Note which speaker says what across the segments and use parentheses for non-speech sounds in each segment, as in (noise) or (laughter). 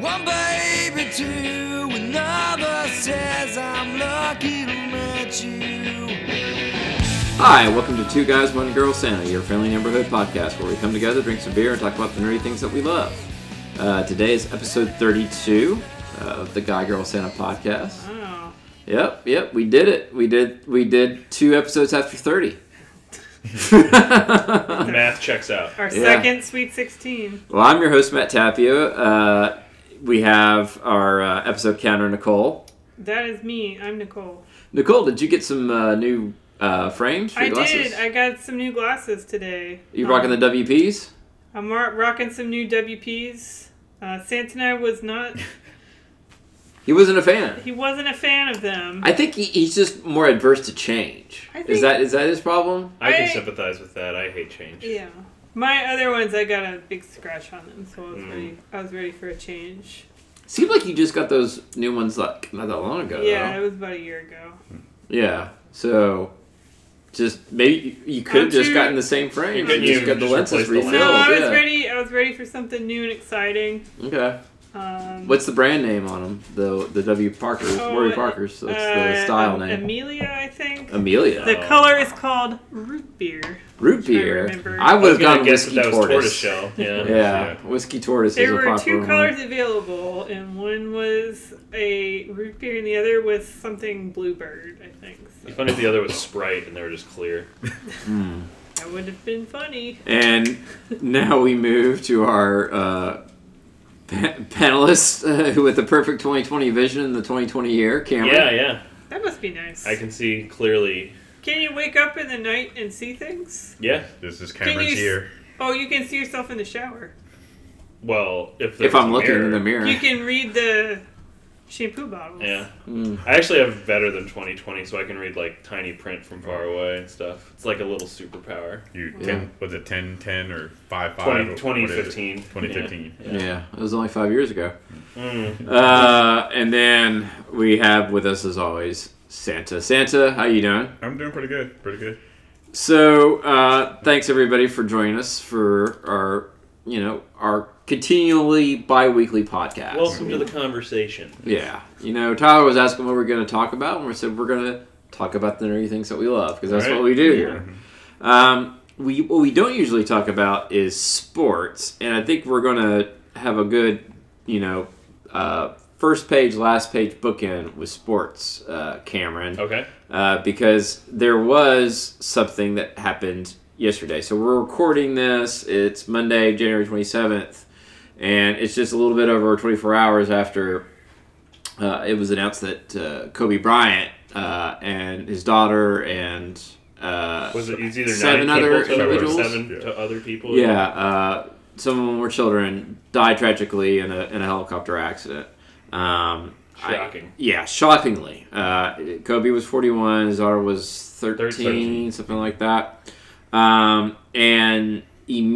Speaker 1: One baby to another says I'm lucky to meet you.
Speaker 2: Hi, welcome to Two Guys, One Girl Santa, your friendly neighborhood podcast where we come together, drink some beer, and talk about the nerdy things that we love. Uh, today is episode 32 of the Guy Girl Santa podcast.
Speaker 3: Oh,
Speaker 2: Yep, yep, we did it. We did we did two episodes after 30.
Speaker 4: The math checks out.
Speaker 3: our
Speaker 2: Yeah.
Speaker 3: second Sweet 16.
Speaker 2: Well, I'm your host, Matt Tapio. Uh, we have our uh, episode counter, Nicole.
Speaker 3: That is me. I'm Nicole.
Speaker 2: Nicole, did you get some uh, new uh, frames for
Speaker 3: I
Speaker 2: your glasses?
Speaker 3: did. I got some new glasses today. Um,
Speaker 2: you rocking the WPs?
Speaker 3: I'm ro- rocking some new WPs. Uh, Santana was not.
Speaker 2: He wasn't a fan.
Speaker 3: He wasn't a fan of them.
Speaker 2: I think he, he's just more adverse to change.
Speaker 3: I
Speaker 2: is
Speaker 3: think-
Speaker 2: that is that his problem?
Speaker 4: I can
Speaker 3: I-
Speaker 4: sympathize with that. I hate change.
Speaker 3: yeah. My other ones, I got a big scratch on them, so I was
Speaker 4: Mm.
Speaker 3: ready. I was ready for a change.
Speaker 2: Seemed like you just got those new ones like not that long ago.
Speaker 3: yeah,
Speaker 2: though.
Speaker 3: it was about a year ago.
Speaker 2: Yeah. So just maybe you, you could have
Speaker 3: I'm
Speaker 2: just
Speaker 3: sure-
Speaker 2: gotten the same frame.
Speaker 4: Couldn't
Speaker 2: You just
Speaker 4: you
Speaker 2: got the
Speaker 4: just
Speaker 2: lenses
Speaker 4: replace
Speaker 2: refilled.
Speaker 4: the
Speaker 3: No, I was
Speaker 2: yeah.
Speaker 3: ready. I was ready for something new and exciting.
Speaker 2: Okay.
Speaker 3: Um,
Speaker 2: What's the brand name on them? The the W Parker,
Speaker 3: Oh,
Speaker 2: Warby
Speaker 3: uh,
Speaker 2: Parker's. That's the
Speaker 3: uh,
Speaker 2: style
Speaker 3: Am-
Speaker 2: name.
Speaker 3: Amelia, I think.
Speaker 2: Amelia.
Speaker 3: The
Speaker 4: Oh.
Speaker 3: color is called root beer.
Speaker 2: Root
Speaker 3: remember.
Speaker 2: beer. I
Speaker 4: I
Speaker 2: would
Speaker 4: was
Speaker 2: have
Speaker 4: gonna
Speaker 2: gone
Speaker 4: guess that
Speaker 2: whiskey
Speaker 4: that was
Speaker 2: tortoise.
Speaker 4: tortoiseshell. Yeah.
Speaker 2: (laughs) Yeah, whiskey tortoise is
Speaker 3: There
Speaker 2: a
Speaker 3: were
Speaker 2: popular
Speaker 3: two
Speaker 2: one.
Speaker 3: colors available, and one was a root beer, and the other was something bluebird. I think
Speaker 4: It'd be
Speaker 3: so.
Speaker 4: funny if the other was Sprite and they were just clear.
Speaker 3: That would have been funny.
Speaker 2: And now we move to our uh, pa- panelists uh, who with the perfect 2020 vision in the 2020 year, Cameron.
Speaker 4: Yeah, yeah.
Speaker 3: That must be nice.
Speaker 4: I can see clearly.
Speaker 3: Can you wake up in the night and see things?
Speaker 4: Yeah.
Speaker 5: This is
Speaker 3: Can
Speaker 5: Cameron's
Speaker 3: you s-
Speaker 5: year.
Speaker 3: Oh, you can see yourself in the shower.
Speaker 4: Well, if there
Speaker 2: If
Speaker 4: was
Speaker 2: I'm
Speaker 4: a
Speaker 2: looking in the
Speaker 4: mirror-
Speaker 2: mirror.
Speaker 3: You can read the shampoo bottles.
Speaker 4: Yeah.
Speaker 2: Mm.
Speaker 4: I actually have better than 2020, so I can read like tiny print from far away and stuff. It's like a little superpower.
Speaker 5: You
Speaker 2: Yeah.
Speaker 5: ten, was it 10, 10 or five five?
Speaker 4: 20,
Speaker 5: or
Speaker 4: 2015.
Speaker 5: what is it? 2015.
Speaker 2: yeah. it was only five years ago.
Speaker 4: Mm.
Speaker 2: Uh, and then we have with us, as always, Santa. Santa, how you doing?
Speaker 5: I'm doing pretty good. Pretty good.
Speaker 2: So uh, thanks everybody for joining us for our, you know, our continually bi-weekly podcast.
Speaker 4: Welcome to the conversation.
Speaker 2: Yeah, you know, Tyler was asking what we're going to talk about, and we said we're going to talk about the nerdy things that we love because that's
Speaker 4: Right.
Speaker 2: what we do here. Um, we what we don't usually talk about is sports, and I think we're going to have a good, you know, uh, first page, last page bookend with sports, uh, Cameron
Speaker 4: Okay.
Speaker 2: uh, because there was something that happened yesterday. So we're recording this. It's Monday, January 27th, and it's just a little bit over 24 hours after uh, it was announced that uh, Kobe Bryant uh, and his daughter and uh,
Speaker 4: Was it, it's either
Speaker 2: Seven
Speaker 4: nine
Speaker 2: other
Speaker 4: people total
Speaker 2: individuals?
Speaker 4: or seven
Speaker 5: Yeah.
Speaker 4: to other people?
Speaker 2: yeah, uh, some of them were children died tragically in a, in a helicopter accident. Um, I-
Speaker 4: Shocking.
Speaker 2: yeah, shockingly. Uh, Kobe was 41, his daughter was 13,
Speaker 4: 13.
Speaker 2: something like that. Um, and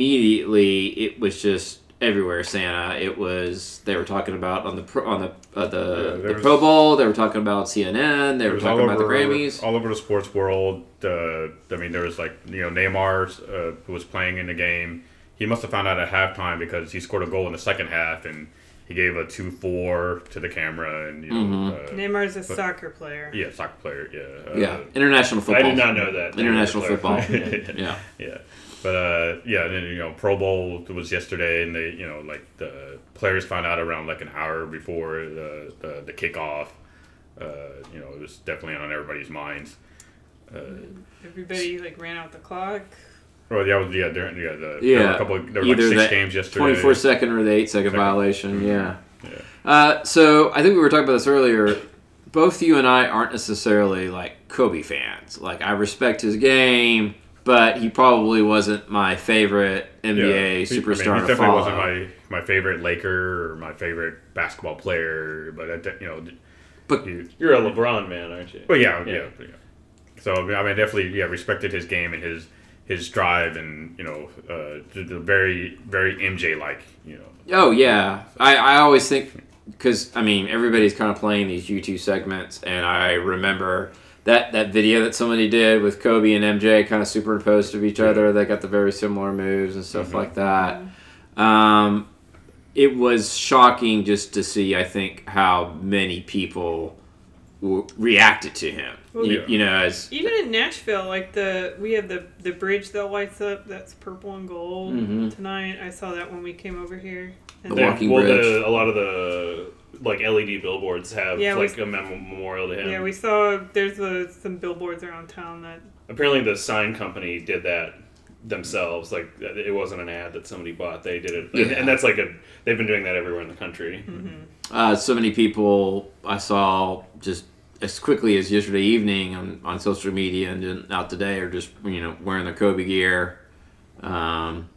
Speaker 2: immediately it was just everywhere Santa. It was they were talking about on the pro, on the uh, the,
Speaker 5: Yeah, there
Speaker 2: the
Speaker 5: was-
Speaker 2: Pro Bowl, they were talking about CNN, they
Speaker 5: It
Speaker 2: were
Speaker 5: was
Speaker 2: talking
Speaker 5: all
Speaker 2: about the
Speaker 5: over-
Speaker 2: Grammys.
Speaker 5: All over the sports world. Uh, I mean, there was like, you know, Neymar uh, who was playing in the game. He must have found out at halftime because he scored a goal in the second half and he gave a 2 4 to the camera. And, you know, uh,
Speaker 3: Neymar's a soccer player.
Speaker 5: yeah, soccer player. Yeah. Uh,
Speaker 2: Mm-hmm. yeah, international football.
Speaker 4: I did not know that.
Speaker 2: International football.
Speaker 5: (laughs)
Speaker 4: yeah.
Speaker 2: Yeah.
Speaker 5: Yeah, but uh, yeah, and then you know, Pro Bowl was yesterday, and they you know like the players found out around like an hour before the the, the kickoff. Uh, you know, it was definitely on everybody's minds.
Speaker 3: Everybody like ran out the clock.
Speaker 5: Well, yeah, was, yeah, during, yeah, the, there were
Speaker 2: Yeah,
Speaker 5: a couple. There were
Speaker 2: either
Speaker 5: like six
Speaker 2: the
Speaker 5: games yesterday.
Speaker 2: twenty-four second or the eight second
Speaker 5: Second. Mm-hmm.
Speaker 2: violation. Yeah.
Speaker 5: Yeah.
Speaker 2: Uh, so I think we were talking about this earlier. Both you and I aren't necessarily like Kobe fans. Like I respect his game, but he probably wasn't my favorite
Speaker 5: Yeah.
Speaker 2: NBA
Speaker 5: He- I mean,
Speaker 2: superstar
Speaker 5: he
Speaker 2: to
Speaker 5: definitely
Speaker 2: follow.
Speaker 5: wasn't my, my favorite Laker or my favorite basketball player, but I, de- you know,
Speaker 2: But-
Speaker 5: you,
Speaker 4: You're a LeBron man, aren't you?
Speaker 5: But yeah,
Speaker 4: Yeah.
Speaker 5: yeah. yeah. So I mean, I definitely yeah respected his game and his his drive and you know uh, the, the very very MJ like you know.
Speaker 2: Oh yeah, I, I always think because I mean everybody's kind of playing these YouTube segments, and I remember that that video that somebody did with Kobe and MJ kind of superimposed of each other. They got the very similar moves and stuff like that. Um, it was shocking just to see, I think, how many people w- reacted to him.
Speaker 3: Well,
Speaker 2: you,
Speaker 5: yeah.
Speaker 2: you know, as
Speaker 3: Even in Nashville, like the we have the the bridge that lights up that's purple and gold
Speaker 2: Mhm.
Speaker 3: tonight. I saw that when we came over here.
Speaker 2: The
Speaker 3: And
Speaker 4: They-
Speaker 3: yeah,
Speaker 2: walking
Speaker 4: well,
Speaker 2: bridge.
Speaker 4: The, a lot of the like LED billboards have
Speaker 3: Yeah, we-
Speaker 4: like a mem- memorial to him.
Speaker 3: we saw there's a, some billboards around town that
Speaker 4: Apparently, the sign company did that themselves. Like it wasn't an ad that somebody bought; they did it,
Speaker 2: Yeah.
Speaker 4: and that's like a they've been doing that everywhere in the country.
Speaker 3: Mm-hmm.
Speaker 2: uh, so many people I saw just as quickly as yesterday evening on, on social media and then out today are just you know wearing their Kobe gear. Um,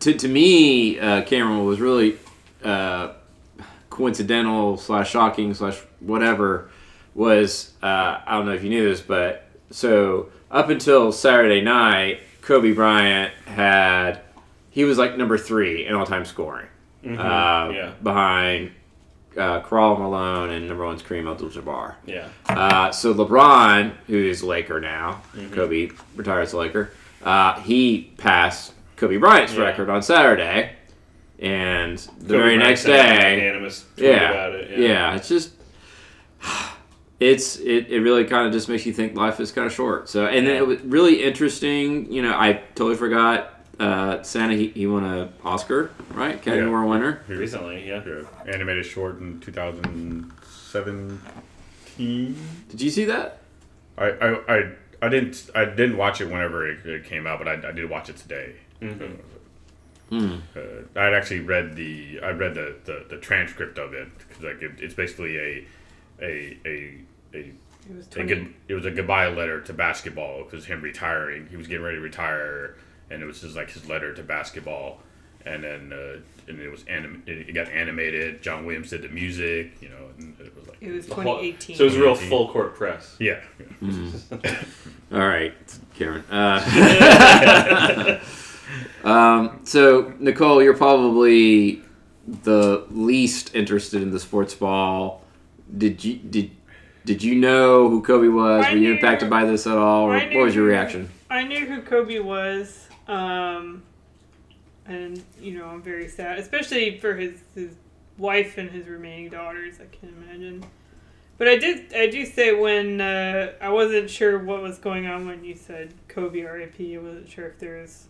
Speaker 2: to to me, uh, Cameron was really uh, coincidental slash shocking slash whatever was uh, I don't know if you knew this, but so up until Saturday night, Kobe Bryant had he was like number three in all time scoring, uh,
Speaker 4: Mm-hmm. yeah.
Speaker 2: behind uh, Karl Malone and number one's Kareem Abdul-Jabbar.
Speaker 4: Yeah,
Speaker 2: Uh, so LeBron, who is a Laker now,
Speaker 4: Mm-hmm.
Speaker 2: Kobe retires as a Laker. Uh, he passed Kobe Bryant's
Speaker 4: Yeah.
Speaker 2: record on Saturday, and the
Speaker 4: Kobe
Speaker 2: very
Speaker 4: Bryant
Speaker 2: next
Speaker 4: sent out a
Speaker 2: day,
Speaker 4: unanimous tweet
Speaker 2: yeah,
Speaker 4: about it.
Speaker 2: yeah, it's just. (sighs) It's it, it really kind of just makes you think life is kind of short. So and then it was really interesting. You know, I totally forgot uh, Santa. He, he won a Oscar, right? Academy
Speaker 5: Yeah.
Speaker 2: Award winner.
Speaker 4: recently, yeah.
Speaker 5: Yeah, animated short in 2017.
Speaker 2: Did you see that?
Speaker 5: I, I, I, I didn't I didn't watch it whenever it, it came out, but I, I did watch it today. Uh, I'd actually read the I read the, the, the transcript of it 'cause, like it, it's basically a a a, a,
Speaker 3: it was
Speaker 5: a
Speaker 3: twenty.
Speaker 5: good, it was a goodbye letter to basketball because him retiring he was getting ready to retire and it was just like his letter to basketball and then uh, and it was anim- it it got animated John Williams did the music you know and it was like
Speaker 3: It was
Speaker 4: The whole-
Speaker 3: 2018.
Speaker 4: So it was real full court press.
Speaker 5: yeah
Speaker 2: All right, Uh, Karen. Uh, (laughs) um, so, Nicole, you're probably the least interested in the sports ball. Did you did did you know who Kobe was?
Speaker 3: I
Speaker 2: Were you
Speaker 3: knew-
Speaker 2: impacted by this at all? Or
Speaker 3: I
Speaker 2: what was
Speaker 3: knew-
Speaker 2: your reaction?
Speaker 3: I knew who Kobe was, um, and you know I'm very sad, especially for his his wife and his remaining daughters. I can imagine. But I did I do say when uh, I wasn't sure what was going on when you said Kobe RIP. I wasn't sure if there was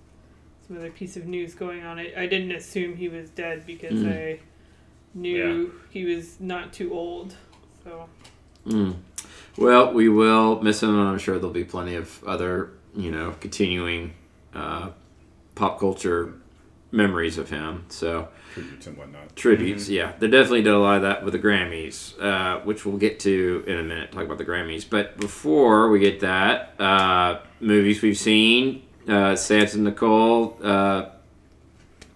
Speaker 3: some other piece of news going on. I, I didn't assume he was dead because
Speaker 2: Hmm.
Speaker 3: I knew he was not too old. So
Speaker 2: Mm. Well, we will miss him, and I'm sure there'll be plenty of other, you know, continuing uh, pop culture memories of him. So,
Speaker 5: tributes and whatnot
Speaker 2: tributes. Yeah, they definitely did a lot of that with the Grammys, uh, which we'll get to in a minute. Talk about the Grammys, but before we get that, uh, movies we've seen. Uh, Samson Nicole. Uh,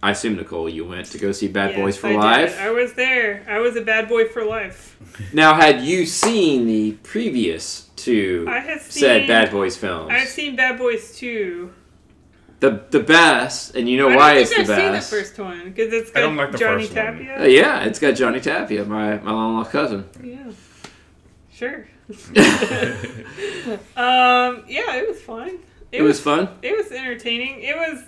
Speaker 2: I assume Nicole, you went to go see Bad
Speaker 3: yes,
Speaker 2: Boys for
Speaker 3: I did.
Speaker 2: Life.
Speaker 3: I was there. I was a bad boy for life.
Speaker 2: Now, had you seen the previous two
Speaker 3: I have
Speaker 2: said
Speaker 3: seen-
Speaker 2: Bad Boys films,
Speaker 3: I've seen Bad Boys 2.
Speaker 2: the the best, and you know
Speaker 3: I
Speaker 2: why
Speaker 3: don't
Speaker 2: it's the
Speaker 3: think I've seen the
Speaker 2: best.
Speaker 3: first one because it's
Speaker 5: I
Speaker 3: got
Speaker 5: don't like the
Speaker 3: Johnny
Speaker 5: first one.
Speaker 2: Uh,
Speaker 3: Tapia.
Speaker 2: yeah, it's got Johnny Tapia, my my long lost
Speaker 3: (laughs)
Speaker 2: cousin. (laughs)
Speaker 3: Yeah, sure. um, yeah, it was fun.
Speaker 2: It was fun.
Speaker 3: It was entertaining. It was,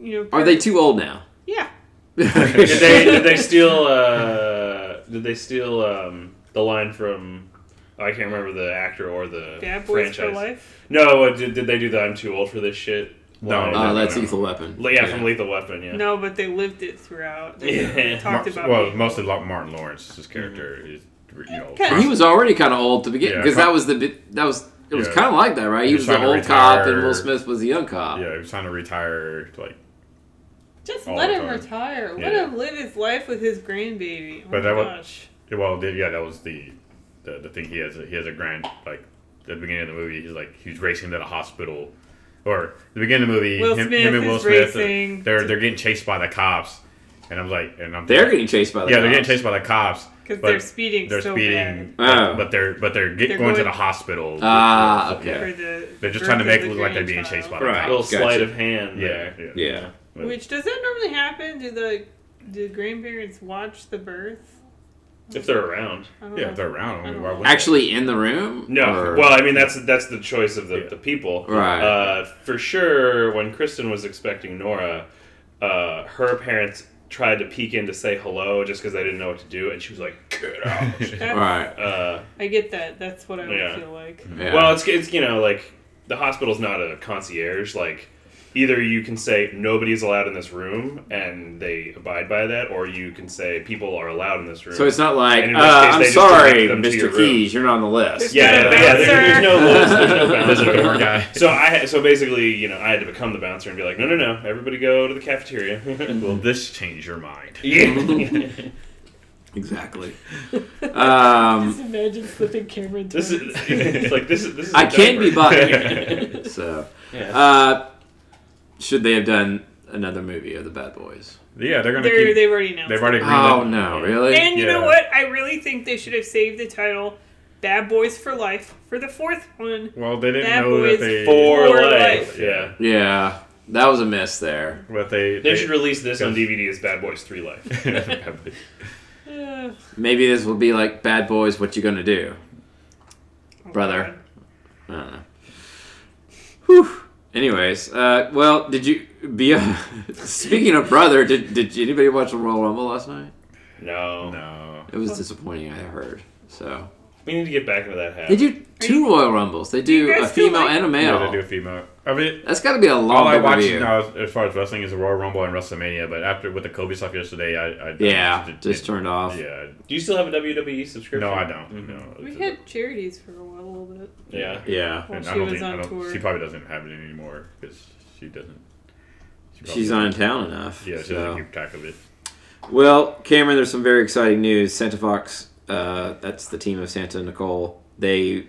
Speaker 3: you know.
Speaker 2: Are they too old now?
Speaker 3: Yeah.
Speaker 4: did they did they steal uh, did they steal um, the line from oh, I can't remember the actor or the
Speaker 3: Bad
Speaker 4: franchise.
Speaker 3: Boys for Life.
Speaker 4: No, uh, did, did they do the I'm too old for this shit?
Speaker 5: No,
Speaker 4: line?
Speaker 2: (laughs)
Speaker 5: no,
Speaker 2: Oh, that's
Speaker 5: no.
Speaker 2: Lethal Weapon.
Speaker 4: Le- yeah, from Lethal Weapon. Yeah.
Speaker 3: No, but they lived it throughout. They
Speaker 4: Yeah.
Speaker 3: (laughs) (laughs) talked
Speaker 5: Mar-
Speaker 3: about. Mm-hmm.
Speaker 5: well,
Speaker 3: it.
Speaker 5: mostly like Martin Lawrence's character is you know
Speaker 3: Kinda-
Speaker 2: And he was already kind of old to begin
Speaker 5: Yeah,
Speaker 2: because
Speaker 5: kind-
Speaker 2: that was the bit that was it was
Speaker 5: Yeah.
Speaker 2: kind of like that, right? He,
Speaker 5: He
Speaker 2: was
Speaker 5: was
Speaker 2: the
Speaker 5: trying to
Speaker 2: old cop, and
Speaker 5: retire.
Speaker 2: Will Smith was the young cop.
Speaker 5: yeah he was trying to retire like
Speaker 3: Just
Speaker 5: all
Speaker 3: let
Speaker 5: the
Speaker 3: him
Speaker 5: time.
Speaker 3: retire. Let
Speaker 5: Yeah.
Speaker 3: him live his life with his grandbaby. Oh my
Speaker 5: But that wa-
Speaker 3: gosh.
Speaker 5: well the, yeah that was the, the the thing he has a, he has a grand like at the beginning of the movie he's like he's racing to the hospital or at the beginning of the movie
Speaker 3: Will
Speaker 5: him,
Speaker 3: Smith
Speaker 5: him and Will
Speaker 3: is
Speaker 5: Smith uh,
Speaker 3: racing
Speaker 5: they're
Speaker 3: to-
Speaker 5: they're getting chased by the cops and I'm like and I'm
Speaker 2: They're getting chased by the
Speaker 5: yeah they're getting
Speaker 2: cops.
Speaker 5: chased by the cops
Speaker 3: 'Cause
Speaker 5: but
Speaker 3: they're speeding
Speaker 5: they're
Speaker 3: so
Speaker 5: speeding
Speaker 2: bad.
Speaker 5: but-
Speaker 2: Oh.
Speaker 5: but they're but they're, get,
Speaker 3: They're
Speaker 5: going, to
Speaker 3: going-
Speaker 5: the hospital
Speaker 2: Ah,
Speaker 5: So,
Speaker 2: okay.
Speaker 5: yeah.
Speaker 3: For the
Speaker 5: They're just
Speaker 3: birth
Speaker 5: trying to
Speaker 3: of
Speaker 5: make
Speaker 3: the
Speaker 5: it look like they're being chased by the
Speaker 2: grandchild.
Speaker 4: little
Speaker 2: Right.
Speaker 5: cops
Speaker 2: Gotcha.
Speaker 4: sleight of hand.
Speaker 5: yeah
Speaker 4: there.
Speaker 5: yeah,
Speaker 2: Yeah.
Speaker 5: But-
Speaker 3: Which does that normally happen? Do the do grandparents watch the birth?
Speaker 4: If they're around.
Speaker 3: I don't
Speaker 5: yeah
Speaker 3: know.
Speaker 5: if they're around I mean, why
Speaker 3: Uh-huh.
Speaker 5: wouldn't they?
Speaker 2: Actually, in the room.
Speaker 4: No,
Speaker 2: Or-
Speaker 4: well, I mean that's that's the choice of the,
Speaker 5: Yeah.
Speaker 4: the people,
Speaker 2: Right.
Speaker 4: Uh, for sure, when Kristen was expecting Nora, uh, her parents tried to peek in to say hello just because I didn't know what to do, and she was like, "Get
Speaker 3: Oh,
Speaker 5: (laughs)
Speaker 4: out!"
Speaker 2: All right.
Speaker 4: uh,
Speaker 3: I get that. That's what I would
Speaker 4: Yeah.
Speaker 3: feel like.
Speaker 5: Mm-hmm.
Speaker 2: Yeah.
Speaker 4: Well, it's it's you know like the hospital's not a concierge. Like either you can say nobody's allowed in this room and they abide by that, or you can say people are allowed in this room.
Speaker 2: so it's not like
Speaker 4: And in
Speaker 2: uh,
Speaker 4: which case
Speaker 2: I'm
Speaker 4: they just
Speaker 2: sorry,
Speaker 4: direct them to your
Speaker 2: Mr.
Speaker 4: room.
Speaker 2: Keys, you're not on the list.
Speaker 4: yeah, yeah,
Speaker 3: Mr.
Speaker 4: yeah, there- there's no rules, there's
Speaker 3: (laughs)
Speaker 4: no bounds.
Speaker 5: There's a door guy.
Speaker 4: So I had- so basically you know I had to become the bouncer and be like no no no everybody go to the cafeteria. (laughs)
Speaker 5: Will this change your mind?
Speaker 4: yeah.
Speaker 2: (laughs) Exactly. Um,
Speaker 3: (laughs) Just imagine flipping camera into
Speaker 4: This is it's like this is this is.
Speaker 2: I
Speaker 4: a
Speaker 2: can
Speaker 4: (laughs)
Speaker 2: be
Speaker 4: Denver.
Speaker 2: bought. so,
Speaker 4: Yeah.
Speaker 2: uh, should they have done another movie of the Bad Boys?
Speaker 5: Yeah, they're gonna
Speaker 3: They're,
Speaker 5: keep.
Speaker 3: they've already announced.
Speaker 5: They've already
Speaker 3: it.
Speaker 5: agreed.
Speaker 2: Oh
Speaker 5: that-
Speaker 2: no, really?
Speaker 3: And you know
Speaker 5: Yeah.
Speaker 3: what? I really think they should have saved the title "Bad Boys for Life" for the fourth one.
Speaker 5: Well, they didn't
Speaker 3: That
Speaker 5: know
Speaker 3: boy's
Speaker 5: that they.
Speaker 4: for,
Speaker 3: For
Speaker 4: life.
Speaker 3: life.
Speaker 4: Yeah.
Speaker 2: yeah, that was a miss there.
Speaker 5: What they.
Speaker 4: They
Speaker 5: (laughs)
Speaker 4: should release this on DVD as Bad Boys Three Life.
Speaker 5: re-
Speaker 3: Ugh.
Speaker 2: Maybe this will be like Bad Boys. What you gonna do?
Speaker 3: Oh,
Speaker 2: Brother.
Speaker 3: God.
Speaker 2: I don't know. Whew. Anyways, uh, well, did you be (laughs) speaking of brother? Did did anybody watch the Royal Rumble last night?
Speaker 4: No.
Speaker 5: no.
Speaker 2: It was disappointing. I heard. So
Speaker 4: we need to get back into that habit.
Speaker 2: they do two Royal Rumbles. They do
Speaker 3: guys
Speaker 2: a
Speaker 3: still
Speaker 2: female
Speaker 3: like-
Speaker 2: and a
Speaker 5: Yeah,
Speaker 2: male.
Speaker 5: they do a female. I mean,
Speaker 2: That's got to be a long
Speaker 5: all I uh, watch
Speaker 2: review.
Speaker 5: now, as- as far as wrestling, is the Royal Rumble and WrestleMania. But after with the Kobe stuff yesterday, I, I
Speaker 2: yeah,
Speaker 5: it-
Speaker 2: just
Speaker 5: it-
Speaker 2: turned off.
Speaker 5: Yeah,
Speaker 4: Do you still have a WWE subscription?
Speaker 5: no, I don't.
Speaker 4: Mhm.
Speaker 5: No,
Speaker 3: Mm-hmm. We
Speaker 5: it's-
Speaker 3: had charities for a while, a little bit.
Speaker 4: Yeah.
Speaker 2: Yeah.
Speaker 3: While
Speaker 5: and
Speaker 3: she
Speaker 5: I don't
Speaker 3: was
Speaker 5: think I
Speaker 3: on
Speaker 5: don't-
Speaker 3: tour.
Speaker 5: she probably doesn't have it anymore because she doesn't. she probably-
Speaker 2: She's not in town enough.
Speaker 5: Yeah, she
Speaker 2: so.
Speaker 5: doesn't keep track of it.
Speaker 2: Well, Cameron, there's some very exciting news. Santa Fox, uh, that's the team of Santa and Nicole. They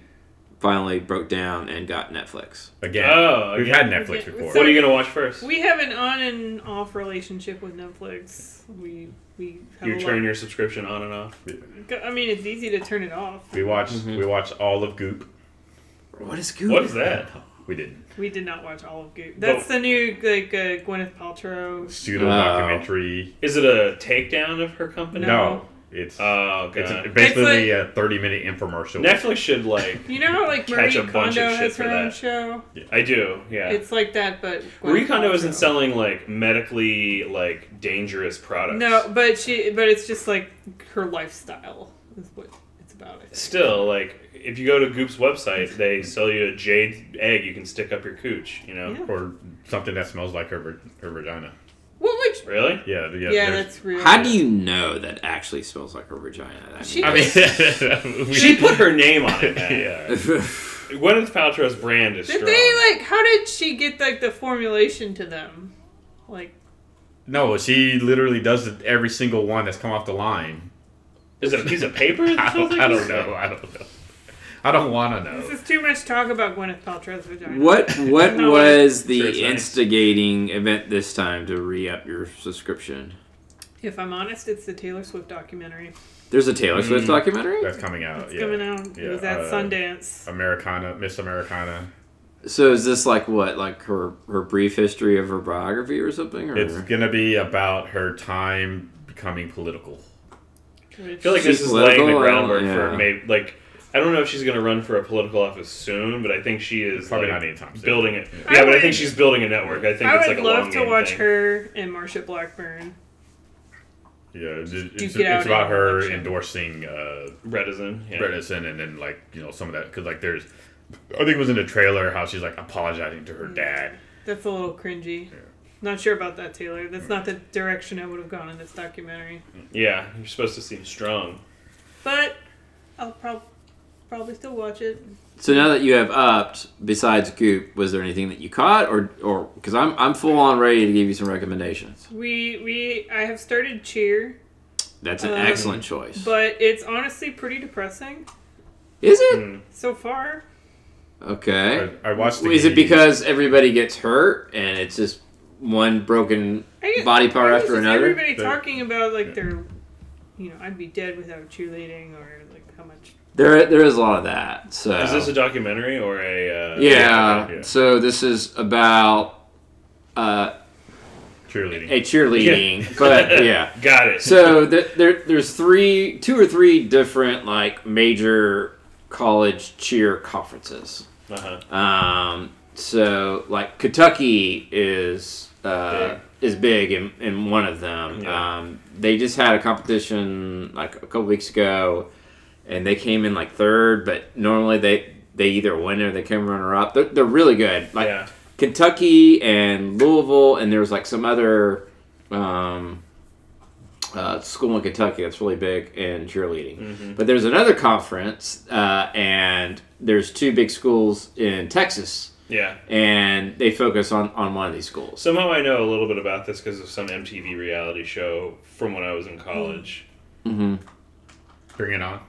Speaker 2: finally broke down and got Netflix.
Speaker 5: Again,
Speaker 4: Oh,
Speaker 5: we've
Speaker 4: again.
Speaker 5: had Netflix
Speaker 3: Okay,
Speaker 5: before.
Speaker 4: What are you gonna watch first?
Speaker 3: we have an on and off relationship with Netflix. We we have
Speaker 4: You
Speaker 3: a
Speaker 4: turn
Speaker 3: lot.
Speaker 4: your subscription on and off.
Speaker 3: I mean, it's easy to turn it off.
Speaker 5: we watched.
Speaker 2: Mm-hmm.
Speaker 5: We watched all of Goop.
Speaker 2: What is Goop?
Speaker 4: What is that?
Speaker 5: We didn't.
Speaker 3: We did not watch all of Goop. That's the new like uh, Gwyneth Paltrow.
Speaker 5: Pseudo
Speaker 2: Oh.
Speaker 5: documentary.
Speaker 4: Is it a takedown of her company?
Speaker 5: No,
Speaker 3: No.
Speaker 5: it's
Speaker 4: Oh
Speaker 5: it's
Speaker 4: god.
Speaker 5: basically a thirty-minute infomercial.
Speaker 4: Netflix should like.
Speaker 3: You know how like Marie
Speaker 4: Catch a bunch of
Speaker 3: Kondo
Speaker 4: shit
Speaker 3: has
Speaker 4: for
Speaker 3: her own
Speaker 4: that.
Speaker 3: show.
Speaker 4: I do. Yeah.
Speaker 3: It's like that, but
Speaker 4: Marie
Speaker 3: Gwyneth
Speaker 4: Kondo isn't
Speaker 3: Paltrow.
Speaker 4: selling like medically like dangerous products.
Speaker 3: No, but she, but it's just like her lifestyle is what it's about. I think.
Speaker 4: Still, like if you go to Goop's website, they sell you a jade egg you can stick up your cooch. You know.
Speaker 3: Yeah.
Speaker 5: or something that smells like her, vir- her vagina.
Speaker 3: Well, which
Speaker 5: (laughs)
Speaker 4: Really?
Speaker 5: Yeah, the- yeah.
Speaker 3: yeah,
Speaker 5: there's-
Speaker 3: that's real.
Speaker 2: How do you know that actually smells like her vagina? I mean,
Speaker 3: She-
Speaker 5: (laughs) I mean, (laughs) we-
Speaker 4: She put her name on it. Man.
Speaker 5: (laughs)
Speaker 4: (laughs)
Speaker 5: yeah.
Speaker 4: Gwyneth Paltrow's brand is
Speaker 3: (laughs) Did
Speaker 4: strong.
Speaker 3: they like? How did she get like the formulation to them? Like,
Speaker 5: No, she literally does it every single one that's come off the line.
Speaker 4: Is it a piece of paper? (laughs)
Speaker 5: (laughs) I don't, I don't know. I don't know. I don't want to
Speaker 3: this
Speaker 5: know.
Speaker 3: is too much talk about Gwyneth Paltrow's vagina.
Speaker 2: what what
Speaker 3: No,
Speaker 2: was
Speaker 4: sure
Speaker 2: the
Speaker 4: it's nice.
Speaker 2: instigating event this time to re up your subscription?
Speaker 3: If I'm honest, it's the Taylor Swift documentary.
Speaker 2: There's a Taylor Swift
Speaker 5: Mm.
Speaker 4: Hmm.
Speaker 2: documentary.
Speaker 5: That's coming out.
Speaker 3: It's
Speaker 5: yeah.
Speaker 3: coming out.
Speaker 5: Yeah,
Speaker 3: it was at
Speaker 5: uh,
Speaker 3: Sundance.
Speaker 5: Americana, Miss Americana.
Speaker 2: So is this like what, like her her brief history of her biography or something? Or?
Speaker 5: It's gonna be about her time becoming political.
Speaker 4: I feel like this
Speaker 2: She's
Speaker 4: is laying the
Speaker 2: political, I don't-
Speaker 4: groundwork
Speaker 2: yeah.
Speaker 4: for maybe like I don't know if she's going to run for a political office soon, but I think she is
Speaker 5: Probably
Speaker 4: like,
Speaker 5: not anytime soon.
Speaker 4: building it.
Speaker 5: Yeah.
Speaker 4: Yeah,
Speaker 3: I
Speaker 4: but I
Speaker 3: would-
Speaker 4: think she's building a network. I think
Speaker 3: I
Speaker 4: it's
Speaker 3: would
Speaker 4: like a long
Speaker 3: love to
Speaker 4: game
Speaker 3: watch
Speaker 4: thing.
Speaker 3: her and Marsha Blackburn.
Speaker 5: Yeah, it's, it's,
Speaker 3: get out
Speaker 5: it's about
Speaker 3: in
Speaker 5: her
Speaker 3: election.
Speaker 5: endorsing uh,
Speaker 4: Redizen. Yeah.
Speaker 5: Bredesen and then like you know some of that because like there's, I think it was in the trailer how she's like apologizing to her
Speaker 4: Mm.
Speaker 5: dad.
Speaker 3: That's a little cringy. Not sure about that, Taylor. That's not the direction I would have gone in this documentary.
Speaker 4: Yeah, you're supposed to seem strong.
Speaker 3: But I'll prob- probably still watch it.
Speaker 2: So now that you have upped, besides Goop, was there anything that you caught, or or because I'm I'm full on ready to give you some recommendations.
Speaker 3: We we I have started Cheer,
Speaker 2: That's an
Speaker 3: Um,
Speaker 2: excellent choice.
Speaker 3: but it's honestly pretty depressing
Speaker 2: Is it
Speaker 4: Mm.
Speaker 3: so far.
Speaker 2: okay?
Speaker 5: I, I watched. The
Speaker 2: Is it because everybody gets hurt and it's just one broken
Speaker 3: I get-
Speaker 2: body part
Speaker 3: I was
Speaker 2: after
Speaker 3: just
Speaker 2: another?
Speaker 3: Everybody
Speaker 5: They-
Speaker 3: talking about like their, you know, I'd be dead without cheerleading or like how much.
Speaker 2: There there is a lot of that. So
Speaker 4: Is this a documentary or a? Uh,
Speaker 2: yeah.
Speaker 5: Yeah.
Speaker 2: So this is about uh,
Speaker 5: cheerleading?
Speaker 2: a cheerleading, but yeah.
Speaker 4: Got it.
Speaker 2: So th- there, there's three, two or three different like major college cheer conferences.
Speaker 4: (laughs) uh-huh.
Speaker 2: Um, so like Kentucky is uh,
Speaker 4: Big.
Speaker 2: is big in, in one of them.
Speaker 4: Yeah.
Speaker 2: Um, they just had a competition like a couple weeks ago, and they came in like third. But normally they they either win or they come runner up. They're, they're really good. Like
Speaker 4: yeah.
Speaker 2: Kentucky and Louisville, and there's like some other um, uh, school in Kentucky that's really big in cheerleading.
Speaker 4: Mm-hmm.
Speaker 2: But there's another conference, uh, and there's two big schools in Texas,
Speaker 4: Yeah.
Speaker 2: and they focus on, on one of these schools.
Speaker 4: Somehow I know a little bit about this because of some MTV reality show from when I was in college. Mm-hmm.
Speaker 2: hmm
Speaker 5: Bring it on.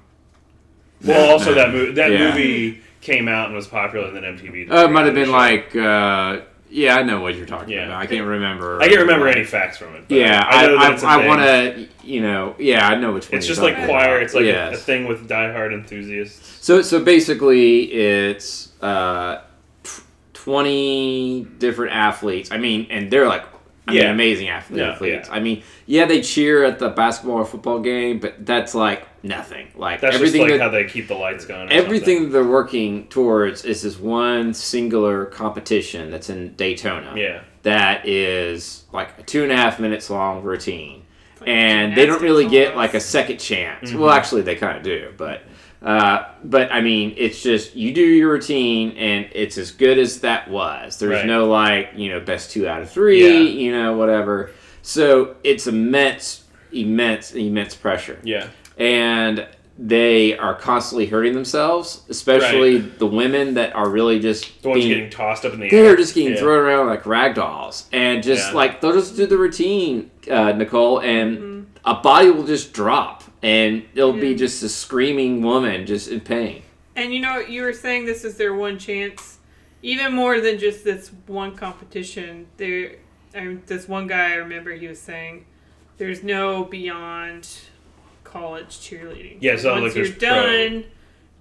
Speaker 3: Mm.
Speaker 4: Well, also that movie that
Speaker 2: Yeah.
Speaker 4: movie came out and was popular, and then MTV. did
Speaker 2: Uh, it might have
Speaker 4: reality
Speaker 2: been
Speaker 4: show.
Speaker 2: like, uh, yeah, I know what you're talking
Speaker 4: Yeah.
Speaker 2: about. I can't remember.
Speaker 4: I can't remember any facts from it. but
Speaker 2: Yeah, I,
Speaker 4: know that
Speaker 2: I,
Speaker 4: it's a
Speaker 2: I,
Speaker 4: thing.
Speaker 2: want to, you know, yeah, I know which one.
Speaker 4: It's
Speaker 2: you're
Speaker 4: just like
Speaker 2: talking
Speaker 4: choir.
Speaker 2: about.
Speaker 4: It's like a, a
Speaker 2: Yes.
Speaker 4: thing with diehard enthusiasts.
Speaker 2: So so basically, it's uh, tw- twenty different athletes. I mean, and they're like, I
Speaker 4: Yeah.
Speaker 2: mean, amazing athlete-
Speaker 4: Yeah,
Speaker 2: athletes.
Speaker 4: yeah.
Speaker 2: I mean, yeah, they cheer at the basketball or football game, but that's like nothing. Like
Speaker 4: That's
Speaker 2: everything
Speaker 4: just like
Speaker 2: that
Speaker 4: how they keep the lights going. or
Speaker 2: everything that they're working towards is this one singular competition that's in Daytona.
Speaker 4: something. Yeah.
Speaker 2: That is like a two and a half minutes long routine
Speaker 3: It's like
Speaker 2: and they don't
Speaker 3: gymnastics
Speaker 2: really get
Speaker 3: almost.
Speaker 2: like a second
Speaker 4: Mm-hmm.
Speaker 2: chance. Well, actually, they kind of do, but uh, but I mean, it's just you do your routine, and it's as good as that was. There's
Speaker 4: Right.
Speaker 2: no like you know best two out of three,
Speaker 4: Yeah.
Speaker 2: you know whatever. So it's immense, immense, immense pressure,
Speaker 4: Yeah.
Speaker 2: and they are constantly hurting themselves, especially the women that are really just
Speaker 4: The ones
Speaker 2: being
Speaker 4: getting tossed up in the air.
Speaker 2: they're just getting
Speaker 4: Yeah.
Speaker 2: thrown around like rag dolls, and just
Speaker 4: Yeah.
Speaker 2: like they'll just do the routine, uh, Nicole, and a body will just drop, and it'll be
Speaker 3: Mm-hmm. Yeah.
Speaker 2: just a screaming woman just in pain.
Speaker 3: And you know, you were saying this is their one chance, even more than just this one competition. There, I, this one guy I remember he was saying, "There's no beyond college cheerleading.
Speaker 4: Yeah, it's not
Speaker 3: once
Speaker 4: like
Speaker 3: you're
Speaker 4: there's pro.
Speaker 3: done,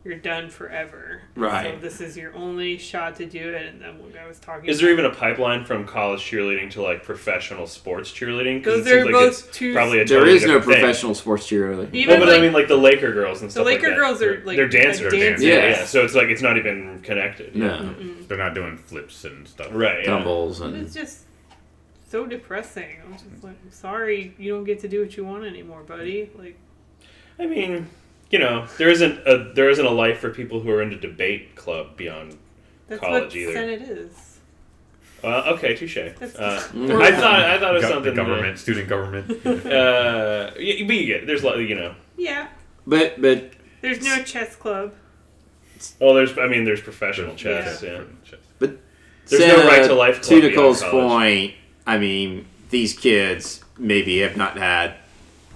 Speaker 3: you're done forever.
Speaker 2: Right.
Speaker 3: So this is your only shot to do it." And then one guy was talking.
Speaker 4: Is there
Speaker 3: about-
Speaker 4: even a pipeline from college cheerleading to like professional sports cheerleading?
Speaker 3: Those
Speaker 4: it seems
Speaker 3: are
Speaker 4: like
Speaker 3: both
Speaker 4: it's
Speaker 3: two-
Speaker 4: Probably a
Speaker 2: There
Speaker 4: totally
Speaker 2: is no
Speaker 4: different thing.
Speaker 2: professional sports cheerleading.
Speaker 3: even
Speaker 4: well, but
Speaker 3: like
Speaker 4: I mean, like the Laker girls and stuff. like
Speaker 3: Laker
Speaker 4: that.
Speaker 3: girls are, like,
Speaker 4: they're dancers.
Speaker 3: a dancer.
Speaker 4: Yeah.
Speaker 2: Yes.
Speaker 4: yeah. So it's like it's not even connected.
Speaker 2: No
Speaker 5: They're not doing flips and stuff.
Speaker 4: Right. Yeah.
Speaker 2: tumbles and
Speaker 3: it's just so depressing. I was just like, "I'm sorry, you don't get to do what you want anymore, buddy." Like.
Speaker 4: I mean, you know, there isn't a there isn't a life for people who are into debate club beyond.
Speaker 3: That's
Speaker 4: college
Speaker 3: what
Speaker 4: either.
Speaker 3: Senate is.
Speaker 4: Uh, okay, touche. Uh, I
Speaker 3: That's- (laughs)
Speaker 4: thought I thought it was
Speaker 5: Go-
Speaker 4: something. that-
Speaker 5: government,
Speaker 4: (laughs)
Speaker 5: student government.
Speaker 4: Uh, yeah, but you get there's a lot. You know,
Speaker 3: Yeah.
Speaker 2: but but
Speaker 3: There's no chess club.
Speaker 4: well, there's I mean, there's professional chess. Yeah. There's no
Speaker 2: Santa,
Speaker 4: right to life club
Speaker 2: To
Speaker 4: beyond
Speaker 2: Nicole's
Speaker 4: college.
Speaker 2: point, I mean, these kids maybe have not had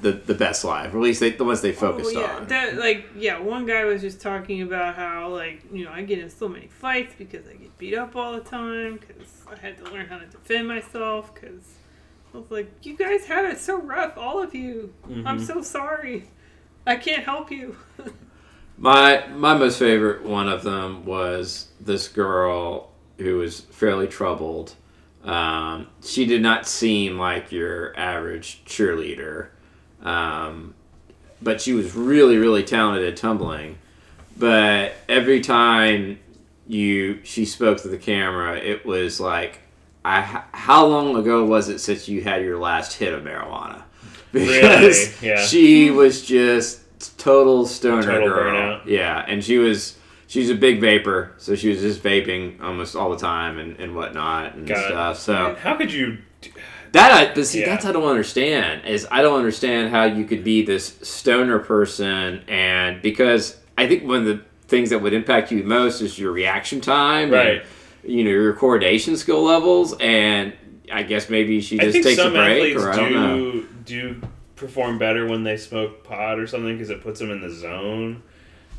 Speaker 2: the the best life, or at least they, the ones they focused
Speaker 3: Oh, yeah.
Speaker 2: on.
Speaker 3: That, like, yeah, one guy was just talking about how, like, you know, I get in so many fights because I get beat up all the time because I had to learn how to defend myself because I was like, you guys have it so rough, all of you. I'm so sorry. I can't help you.
Speaker 2: My my most favorite one of them was this girl who was fairly troubled. Um, she did not seem like your average cheerleader, um, but she was really really talented at tumbling. But every time you she spoke to the camera, it was like, I h- how long ago was it since you had your last hit of marijuana? (laughs) Because
Speaker 4: Really? Yeah.
Speaker 2: she was just total stoner
Speaker 4: Mm-hmm. Total
Speaker 2: girl.
Speaker 4: burnout.
Speaker 2: Yeah, and she was she's a big vapor, so she was just vaping almost all the time and, and whatnot and
Speaker 4: Got it.
Speaker 2: stuff. So
Speaker 4: How could you?
Speaker 2: that I but see
Speaker 4: Yeah.
Speaker 2: that's I don't understand is I don't understand how you could be this stoner person and because I think one of the things that would impact you most is your reaction time and,
Speaker 4: Right.
Speaker 2: you know your coordination skill levels and I guess maybe she
Speaker 4: I
Speaker 2: just
Speaker 4: think
Speaker 2: takes a
Speaker 4: some
Speaker 2: break
Speaker 4: athletes
Speaker 2: or I don't know.
Speaker 4: do do perform better when they smoke pot or something because it puts them in the zone.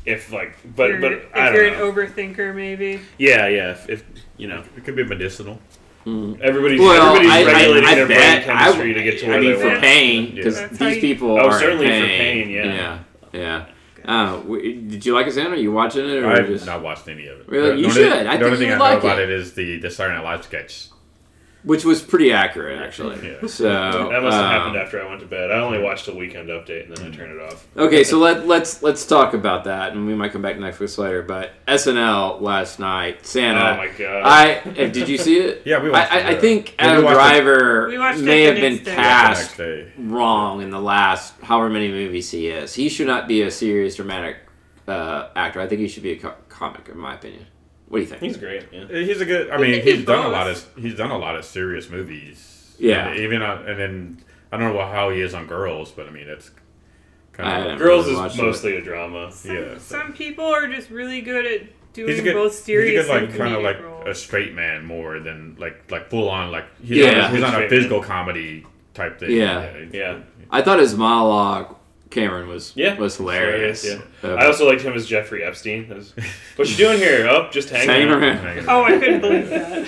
Speaker 4: If like, but
Speaker 3: If
Speaker 4: but
Speaker 3: you're- if
Speaker 4: I
Speaker 3: you're
Speaker 4: don't know.
Speaker 3: an overthinker, maybe.
Speaker 4: yeah, yeah. If, if you know,
Speaker 5: It could be medicinal.
Speaker 4: everybody's
Speaker 2: Well,
Speaker 4: everybody's
Speaker 2: I,
Speaker 4: regulating
Speaker 2: I, I
Speaker 4: their brain
Speaker 2: bet I,
Speaker 4: chemistry
Speaker 2: w-
Speaker 4: to get to
Speaker 2: I
Speaker 4: where
Speaker 2: mean
Speaker 4: they
Speaker 2: for
Speaker 4: want.
Speaker 2: pain because
Speaker 3: Yeah.
Speaker 2: these people
Speaker 4: Oh,
Speaker 2: are in
Speaker 4: certainly for
Speaker 2: pain.
Speaker 4: pain, yeah.
Speaker 2: yeah, yeah. Uh, w- did you like it, Sam? Are you watching it or
Speaker 5: I've
Speaker 2: just?
Speaker 5: not watched any of it.
Speaker 2: Really?
Speaker 5: The
Speaker 2: You
Speaker 5: only-
Speaker 2: should. I
Speaker 5: the
Speaker 2: think
Speaker 5: only
Speaker 2: you
Speaker 5: thing
Speaker 2: would
Speaker 5: I know
Speaker 2: like
Speaker 5: about
Speaker 2: it.
Speaker 5: it is the the Saturday Night Live sketch.
Speaker 2: which was pretty accurate actually. (laughs)
Speaker 5: Yeah.
Speaker 2: So
Speaker 4: That must have
Speaker 2: um, Hmm.
Speaker 4: happened after I went to bed. I only watched a weekend update and then I turned it off.
Speaker 2: Okay, so let let's let's talk about that, and we might come back to Netflix later. But SNL last night, Santa.
Speaker 4: Oh my god!
Speaker 2: I eh, did you see it?
Speaker 5: Yeah, we watched
Speaker 2: I, I,
Speaker 5: it,
Speaker 2: I
Speaker 5: uh,
Speaker 2: think
Speaker 5: yeah, we
Speaker 2: Adam
Speaker 5: watched it.
Speaker 2: Driver
Speaker 3: We watched it
Speaker 2: may
Speaker 3: the
Speaker 2: have been
Speaker 3: next day.
Speaker 5: The next
Speaker 2: cast
Speaker 5: day.
Speaker 2: wrong in the last however many movies he is. He should not be a serious dramatic uh, actor. I think he should be a co- comic, in my opinion. What do you
Speaker 4: (laughs)
Speaker 2: think?
Speaker 4: He's great. Yeah.
Speaker 5: He's a good. I mean, he's done a lot of he's done a lot of serious movies.
Speaker 2: Yeah.
Speaker 5: And even on, and then I don't know how he is on Girls, but I mean that's
Speaker 2: I
Speaker 5: kind
Speaker 2: haven't
Speaker 5: of
Speaker 4: Girls
Speaker 2: really
Speaker 4: is
Speaker 2: watched it.
Speaker 4: mostly a drama.
Speaker 3: Some,
Speaker 5: Yeah.
Speaker 3: some people are just really good at doing
Speaker 5: he's a good
Speaker 3: both serious
Speaker 5: he's a good
Speaker 3: and
Speaker 5: like kind of
Speaker 3: comedic
Speaker 5: like
Speaker 3: roles.
Speaker 5: a straight man more than like like full on like he's
Speaker 2: Yeah.
Speaker 5: not, he's not a
Speaker 4: Straight
Speaker 5: physical comedy type thing.
Speaker 2: Yeah.
Speaker 4: Yeah.
Speaker 2: I thought his monologue, Cameron, was
Speaker 4: Yeah,
Speaker 2: was hilarious.
Speaker 4: hilarious,
Speaker 2: Uh,
Speaker 4: I also liked him as Jeffrey Epstein. That was- What you doing
Speaker 2: (laughs)
Speaker 4: here? Oh, just hanging.
Speaker 2: Hanging
Speaker 4: out.
Speaker 2: around.
Speaker 3: Oh, I couldn't believe
Speaker 5: (laughs)
Speaker 3: that.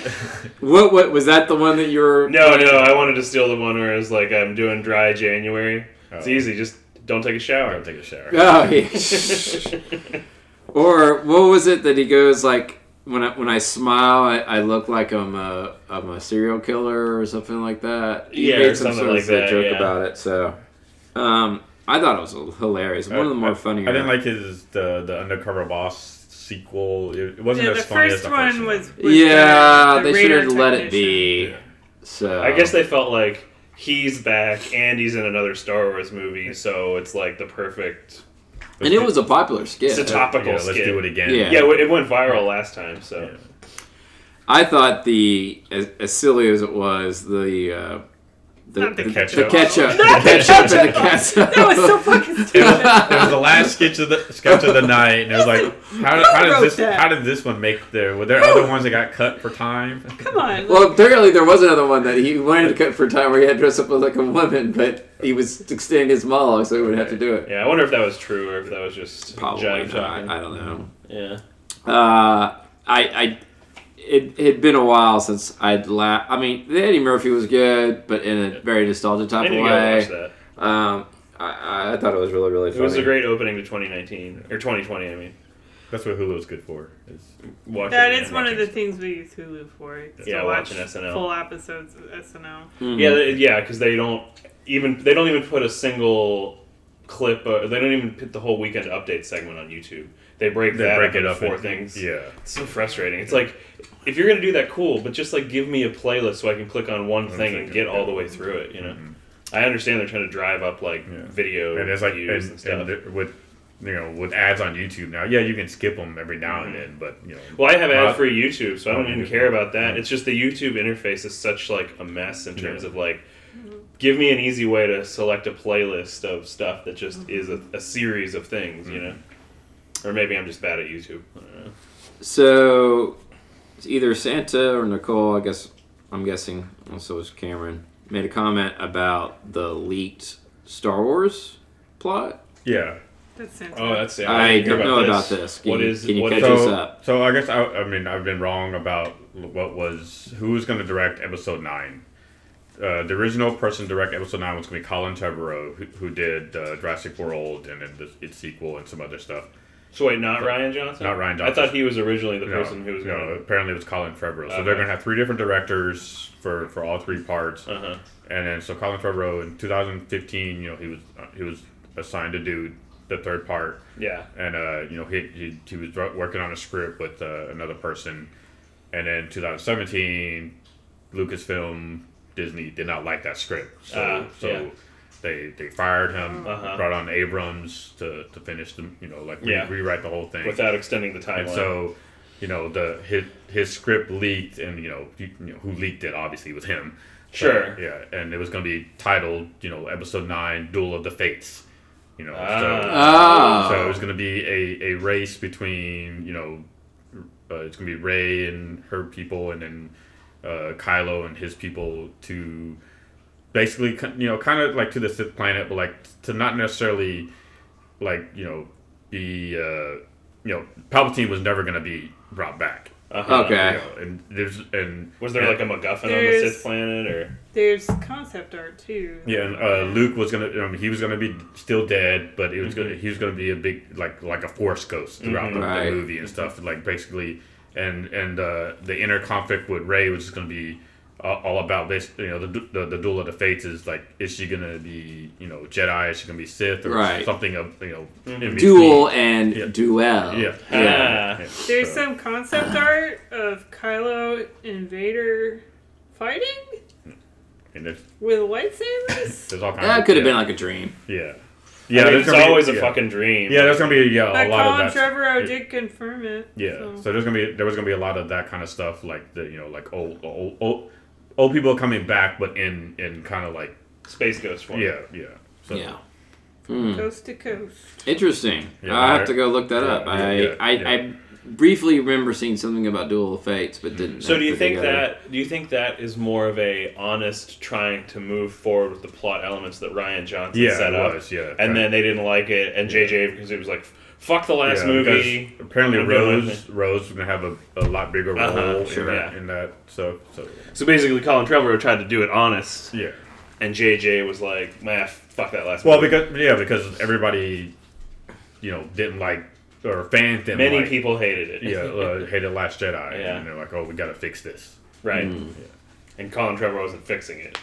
Speaker 2: What what was that the one that you were?
Speaker 4: No, no, I wanted to steal the one where it's like I'm doing dry January. It's
Speaker 5: Oh.
Speaker 4: easy. Just don't take a
Speaker 5: I
Speaker 4: (laughs) shower.
Speaker 5: don't take a shower.
Speaker 2: (laughs) Oh, yeah. or what was it that he goes like when I when I smile I, I look like I'm a I'm a serial killer or something like that. He
Speaker 4: Yeah, or
Speaker 2: made some
Speaker 4: something
Speaker 2: sort
Speaker 4: like
Speaker 2: of that
Speaker 4: that,
Speaker 2: joke
Speaker 4: yeah.
Speaker 2: about it. So, um, I thought it was hilarious. One of the more funny.
Speaker 5: I didn't like his the the undercover boss sequel. It it wasn't
Speaker 3: Yeah,
Speaker 5: as
Speaker 3: the
Speaker 5: funny as
Speaker 3: first
Speaker 5: the
Speaker 3: one
Speaker 5: first
Speaker 3: was. was
Speaker 2: Yeah,
Speaker 3: the- the
Speaker 2: they should
Speaker 3: radar
Speaker 2: have let it
Speaker 3: technician.
Speaker 2: be.
Speaker 5: Yeah.
Speaker 4: (laughs)
Speaker 2: So
Speaker 4: I guess they felt like he's back and he's in another Star Wars movie, so it's like the perfect.
Speaker 2: and it was a popular skit.
Speaker 4: It's a top- topical
Speaker 5: Yeah, let's
Speaker 4: skit.
Speaker 5: do it again.
Speaker 2: Yeah.
Speaker 4: Yeah, it went viral last time, so.
Speaker 5: Yeah.
Speaker 2: I thought the as, as silly as it was the. Uh,
Speaker 3: Not the
Speaker 5: ketchup.
Speaker 2: The ketchup.
Speaker 3: Not
Speaker 2: the
Speaker 3: the
Speaker 2: ketchup and the
Speaker 3: ketchup.
Speaker 2: ketchup.
Speaker 3: That was so fucking
Speaker 5: It was,
Speaker 3: stupid.
Speaker 5: (laughs)
Speaker 3: (laughs)
Speaker 5: it was the last sketch of the sketch of the night, and it was like, how, how
Speaker 3: wrote
Speaker 5: did this
Speaker 3: that?
Speaker 5: how did this one make the were there other ones that got cut for time?
Speaker 3: Come on.
Speaker 2: Well, apparently there was another one that he wanted to cut for time where he had to dress up like a woman, but he was extending his monologue, so he would have to do it.
Speaker 4: Yeah, I wonder if that was true or if that was just
Speaker 2: Probably
Speaker 4: jive
Speaker 2: not.
Speaker 4: talking.
Speaker 2: I don't know.
Speaker 4: Yeah.
Speaker 2: Uh, I, I, it it had been a while since I'd la I mean, Eddie Murphy was good, but in a very nostalgic
Speaker 4: I
Speaker 2: type
Speaker 4: need
Speaker 2: of
Speaker 4: to go watch
Speaker 2: way.
Speaker 4: that.
Speaker 2: Um, I, I thought it was really really
Speaker 4: It
Speaker 2: funny.
Speaker 4: was a great opening to 2019 or 2020. I mean,
Speaker 5: That's what Hulu's good for. It's,
Speaker 4: watching
Speaker 3: That
Speaker 4: and
Speaker 3: is one of
Speaker 4: watching
Speaker 3: the things we use Hulu for. is to
Speaker 4: Yeah,
Speaker 3: watch
Speaker 4: watching SNL.
Speaker 3: Full episodes of SNL.
Speaker 5: Mm-hmm.
Speaker 2: Mhm.
Speaker 4: Yeah, they, yeah, because they don't even they don't even put a single clip. Or they don't even put the whole weekend update segment on YouTube. They break
Speaker 5: they
Speaker 4: that
Speaker 5: break it
Speaker 4: into
Speaker 5: up
Speaker 4: four
Speaker 5: in-
Speaker 4: things.
Speaker 5: Yeah.
Speaker 4: it's so frustrating. It's like if you're gonna do that, cool, but just like give me a playlist so I can click on one thing and
Speaker 5: second,
Speaker 4: get all
Speaker 5: yeah.
Speaker 4: the way through it. You know, I understand they're trying to drive up like
Speaker 5: Yeah.
Speaker 4: video
Speaker 5: Mm-hmm. and it's like and,
Speaker 4: views and,
Speaker 5: and
Speaker 4: stuff.
Speaker 5: the- with you know with ads on YouTube now. Yeah, you can skip them every now and
Speaker 4: Mm-hmm.
Speaker 5: then, but you know.
Speaker 4: well, I have
Speaker 5: Well, I-
Speaker 4: ad free YouTube, so I
Speaker 5: Oh,
Speaker 4: don't even
Speaker 5: YouTube.
Speaker 4: care about that. It's just the YouTube interface is such like a mess in terms
Speaker 5: Yeah.
Speaker 4: of like, give me an easy way to select a playlist of stuff that just is a, a series of things,
Speaker 5: Mm-hmm.
Speaker 4: you know. Or maybe I'm just bad at YouTube. I don't know.
Speaker 2: So it's either Santa or Nicole, I guess I'm guessing, also was Cameron, made a comment about the leaked Star Wars plot.
Speaker 5: Yeah.
Speaker 3: That's sensitive.
Speaker 4: Oh, that's it.
Speaker 2: I
Speaker 4: didn't hear
Speaker 2: don't know about this. Can
Speaker 4: What
Speaker 2: you-
Speaker 4: is?
Speaker 2: can you
Speaker 4: what
Speaker 2: catch
Speaker 4: is-
Speaker 2: us
Speaker 5: So,
Speaker 2: up.
Speaker 5: so I guess I, I mean I've been wrong about what was who was going to direct episode nine. Uh, the original person to direct episode nine was going to be Colin Trevorrow, who, who did uh, Jurassic World and then the, its sequel and some other stuff.
Speaker 4: So wait, not Ryan Johnson.
Speaker 5: Not Ryan
Speaker 4: I
Speaker 5: Johnson.
Speaker 4: thought he was originally the
Speaker 5: No,
Speaker 4: person who was
Speaker 5: no,
Speaker 4: going.
Speaker 5: apparently it was Colin Trevorrow. So
Speaker 4: Okay.
Speaker 5: they're going to have three different directors for for all three parts.
Speaker 4: to... Uh huh.
Speaker 5: And then so Colin Trevorrow in 2015, you know, he was uh, he was assigned to do the third part,
Speaker 4: Yeah.
Speaker 5: and uh, you know he he, he was dr- working on a script with uh, another person, and then 2017, Lucasfilm Disney did not like that script, so
Speaker 4: Ah,
Speaker 5: so.
Speaker 4: yeah.
Speaker 5: They, they fired him,
Speaker 4: Uh-huh.
Speaker 5: brought on Abrams to, to finish the you know like re-
Speaker 4: Yeah.
Speaker 5: rewrite the whole thing
Speaker 4: Without extending the
Speaker 5: and
Speaker 4: timeline.
Speaker 5: so you know the his his script leaked and you know, you, you know who leaked it obviously was him
Speaker 4: Sure.
Speaker 5: But, yeah and it was going to be titled you know episode 9 duel of the fates you know
Speaker 2: Ah.
Speaker 5: so,
Speaker 2: Oh.
Speaker 5: so it was going to be a, a race between you know uh, it's going to be Ray and her people and then uh, Kylo and his people to basically ki- you know kind of like to the Sith planet but like to not necessarily like you know be uh, you know Palpatine was never going to be brought back.
Speaker 4: Uh-huh.
Speaker 2: Okay.
Speaker 5: You know, and there's and
Speaker 4: Was there
Speaker 5: and-
Speaker 4: like a MacGuffin on the
Speaker 3: There's-
Speaker 4: Sith planet, or
Speaker 3: There's concept art too.
Speaker 5: Yeah, and uh, Luke was gonna. Um, he was gonna be still dead, but it was gonna. He was gonna be a big like like a force ghost throughout the,
Speaker 2: Mm-hmm. Right.
Speaker 5: the movie and stuff. Like basically, and and uh, the inner conflict with Ray was just gonna be uh, all about this. You know, the, du- the the duel of the fates is like, is she gonna be you know Jedi? Is she gonna be Sith or
Speaker 2: Right. Mm-hmm.
Speaker 5: something of you know in between?
Speaker 2: Duel and
Speaker 5: Yeah.
Speaker 2: duel.
Speaker 5: Yeah.
Speaker 2: yeah.
Speaker 4: Ah.
Speaker 3: There's
Speaker 5: So-
Speaker 3: some concept art of Kylo and Vader fighting
Speaker 5: and there's,
Speaker 3: with lightsabers.
Speaker 5: there's all kinds.
Speaker 2: That
Speaker 5: of-
Speaker 2: could have
Speaker 5: Uh, yeah.
Speaker 2: been like a dream.
Speaker 5: yeah,
Speaker 4: Yeah,
Speaker 5: yeah. there's
Speaker 4: it's
Speaker 5: gonna be-
Speaker 4: always a
Speaker 5: yeah.
Speaker 4: fucking dream.
Speaker 5: Yeah, there's gonna be yeah
Speaker 3: but
Speaker 5: (laughs) a lot
Speaker 3: Colin
Speaker 5: of that.
Speaker 3: Trevorrow
Speaker 5: yeah.
Speaker 3: did confirm it.
Speaker 5: Yeah,
Speaker 3: so.
Speaker 5: so there's gonna be there was gonna be a lot of that kind of stuff, like the you know like old old old, old people coming back, but in in kind of like
Speaker 4: space ghost form.
Speaker 5: yeah yeah so,
Speaker 2: Yeah. Hmm.
Speaker 3: coast to coast.
Speaker 2: Interesting.
Speaker 5: Yeah,
Speaker 2: I have
Speaker 5: I-
Speaker 2: to go look that
Speaker 5: yeah,
Speaker 2: up.
Speaker 5: yeah,
Speaker 2: I,
Speaker 5: yeah,
Speaker 2: I,
Speaker 5: yeah.
Speaker 2: I briefly remember seeing something about Duel of Fates, but didn't.
Speaker 4: So
Speaker 2: have
Speaker 4: do you
Speaker 2: put
Speaker 4: think
Speaker 2: together.
Speaker 4: that do you think that is more of a honest trying to move forward with the plot elements that Ryan Johnson
Speaker 5: Yeah,
Speaker 4: set
Speaker 5: it
Speaker 4: up?
Speaker 5: was, yeah,
Speaker 4: and
Speaker 5: kinda.
Speaker 4: then they didn't like it, and JJ because it was like, "Fuck the last
Speaker 5: yeah,
Speaker 4: movie."
Speaker 5: because Apparently,
Speaker 4: I'm doing my
Speaker 5: Rose Rose was gonna have a, a lot bigger role
Speaker 4: Uh-huh,
Speaker 5: in
Speaker 4: sure,
Speaker 5: that
Speaker 4: yeah.
Speaker 5: in that. So so
Speaker 4: So basically, Colin Trevorrow tried to do it honest,
Speaker 5: yeah.
Speaker 4: and JJ was like, "Nah, fuck that last
Speaker 5: Well,
Speaker 4: movie."
Speaker 5: because yeah, because everybody, you know, didn't like or fans didn't
Speaker 4: many
Speaker 5: like-
Speaker 4: people hated it.
Speaker 5: yeah
Speaker 4: (laughs)
Speaker 5: uh, hated Last Jedi,
Speaker 4: Yeah.
Speaker 5: and they're like, oh, we gotta fix this.
Speaker 4: right.
Speaker 5: Mm.
Speaker 4: And Colin Trevorrow wasn't fixing it;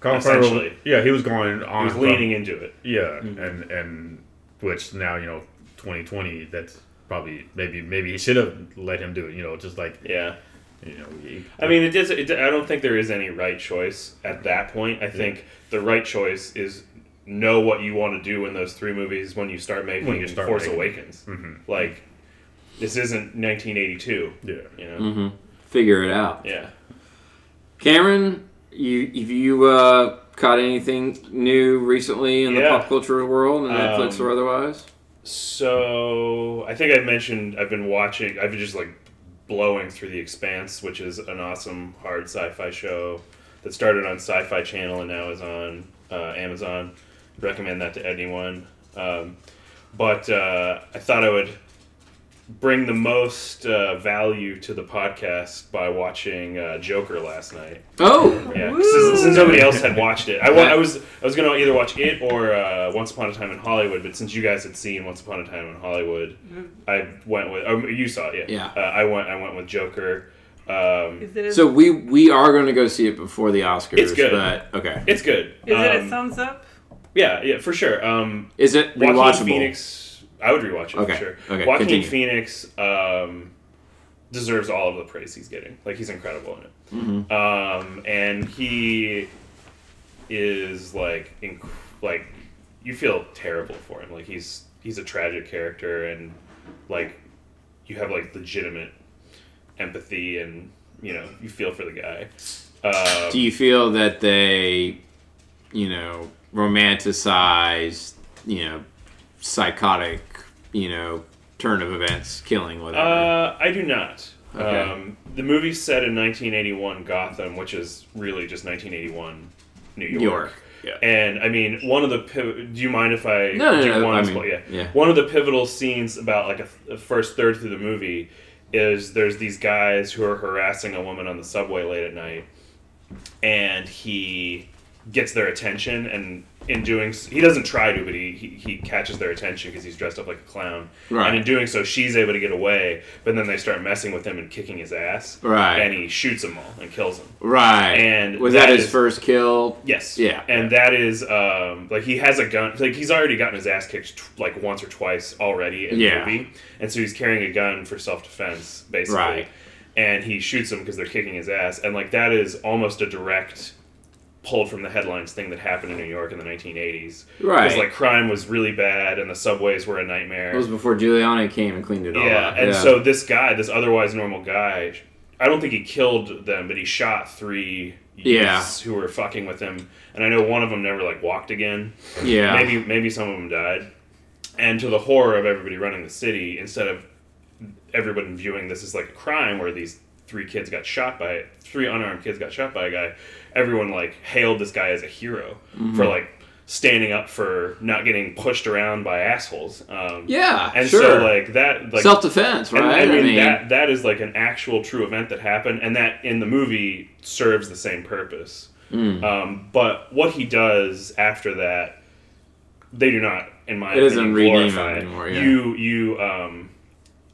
Speaker 5: Colin
Speaker 4: Essentially.
Speaker 5: Farrell, yeah, he was going on
Speaker 4: he was
Speaker 5: from-
Speaker 4: leaning into it.
Speaker 5: Yeah,
Speaker 4: Mm-hmm.
Speaker 5: and and which now you know, 2020. That's probably maybe maybe he should have let him do it. You know, just like
Speaker 4: Yeah.
Speaker 5: you know. he-
Speaker 4: I mean, it does. It, I don't think there is any right choice at that point. I think the right choice is know what you want to do in those three movies when you start making
Speaker 5: When you start
Speaker 4: Force
Speaker 5: making.
Speaker 4: Awakens. Mm-hmm. Like this isn't 1982.
Speaker 5: yeah, Mm-hmm.
Speaker 4: You know.
Speaker 2: Figure it out.
Speaker 4: Yeah.
Speaker 2: Cameron, you if you uh, caught anything new recently in the
Speaker 4: Yeah.
Speaker 2: pop culture world, on Netflix
Speaker 4: Um,
Speaker 2: or otherwise?
Speaker 4: So I think I mentioned I've been watching. I've been just like blowing through The Expanse, which is an awesome hard sci-fi show that started on Sci-Fi Channel and now is on uh, Amazon. Recommend that to anyone. Um, but uh, I thought I would bring the most uh, value to the podcast by watching uh, Joker last night.
Speaker 2: Oh,
Speaker 4: Yeah,
Speaker 3: Woo!
Speaker 4: since, since nobody else
Speaker 3: (laughs)
Speaker 4: had watched it, I, wa- I was I was gonna either watch it or uh, Once Upon a Time in Hollywood, but since you guys had seen Once Upon a Time in Hollywood,
Speaker 3: Mm-hmm.
Speaker 4: I went with. Oh, you saw it,
Speaker 2: Yeah.
Speaker 4: yeah. Uh, I went. I went with Joker. Um,
Speaker 3: Is it a,
Speaker 2: so we we are going to go see it before the Oscars.
Speaker 4: It's good.
Speaker 2: But okay,
Speaker 4: it's good.
Speaker 3: is it a
Speaker 4: Um,
Speaker 3: thumbs up?
Speaker 4: Yeah, yeah, for sure. Um,
Speaker 2: is it
Speaker 4: Joaquin
Speaker 2: rewatchable?
Speaker 4: Phoenix. I would rewatch it
Speaker 2: Okay,
Speaker 4: for sure.
Speaker 2: okay,
Speaker 4: Joaquin
Speaker 2: continue.
Speaker 4: Phoenix um, deserves all of the praise he's getting. Like he's incredible in it,
Speaker 2: Mm-hmm.
Speaker 4: um, and he is like inc- like you feel terrible for him. Like he's he's a tragic character, and like you have like legitimate empathy, and you know you feel for the guy. Um,
Speaker 2: Do you feel that they, you know, romanticize, you know, psychotic, you know, turn of events, killing whatever?
Speaker 4: Uh, I do not.
Speaker 2: Okay.
Speaker 4: Um, the movie's set in 1981 Gotham, which is really just 1981 New York.
Speaker 2: New York. Yeah.
Speaker 4: And I mean, one of the piv- do you mind if I
Speaker 2: No, no,
Speaker 4: do you
Speaker 2: no,
Speaker 4: wanna
Speaker 2: I
Speaker 4: spoil-
Speaker 2: mean, yeah.
Speaker 4: One of the pivotal scenes about like a, th- a first third through the movie is there's these guys who are harassing a woman on the subway late at night, and he gets their attention and in doing s- he doesn't try to but he he, he catches their attention because he's dressed up like a clown
Speaker 2: Right.
Speaker 4: and in doing so she's able to get away but then they start messing with him and kicking his ass
Speaker 2: Right.
Speaker 4: and he shoots them all and kills them
Speaker 2: right.
Speaker 4: and
Speaker 2: was that,
Speaker 4: that
Speaker 2: his
Speaker 4: is-
Speaker 2: first kill?
Speaker 4: yes
Speaker 2: Yeah.
Speaker 4: and that is um like he has a gun like he's already gotten his ass kicked tw- like once or twice already in the
Speaker 2: Yeah.
Speaker 4: movie and so he's carrying a gun for self-defense basically
Speaker 2: Right.
Speaker 4: and he shoots them because they're kicking his ass and like that is almost a direct pulled from the headlines thing that happened in New York in the 1980s.
Speaker 2: Right.
Speaker 4: Because like crime was really bad and the subways were a nightmare.
Speaker 2: It was before Giuliani came and cleaned it all
Speaker 4: yeah,
Speaker 2: up.
Speaker 4: and so this guy, this otherwise normal guy, I don't think he killed them, but he shot three
Speaker 2: Yeah.
Speaker 4: youths who were fucking with him. And I know one of them never like walked again.
Speaker 2: yeah,
Speaker 4: Maybe maybe some of them died. And to the horror of everybody running the city, instead of everyone viewing this as like a crime where these three kids got shot by three unarmed kids got shot by a guy, everyone like hailed this guy as a hero
Speaker 2: Mm-hmm.
Speaker 4: for like standing up for not getting pushed around by assholes. Um,
Speaker 2: yeah,
Speaker 4: And
Speaker 2: sure.
Speaker 4: so like that like
Speaker 2: Self defense,
Speaker 4: and,
Speaker 2: right?
Speaker 4: I mean, that that is like an actual true event that happened, and that in the movie serves the same purpose.
Speaker 2: Hmm.
Speaker 4: Um, but what he does after that, they do not, in my
Speaker 2: It
Speaker 4: opinion,
Speaker 2: isn't redeemable
Speaker 4: glorify.
Speaker 2: anymore, yeah.
Speaker 4: You you um,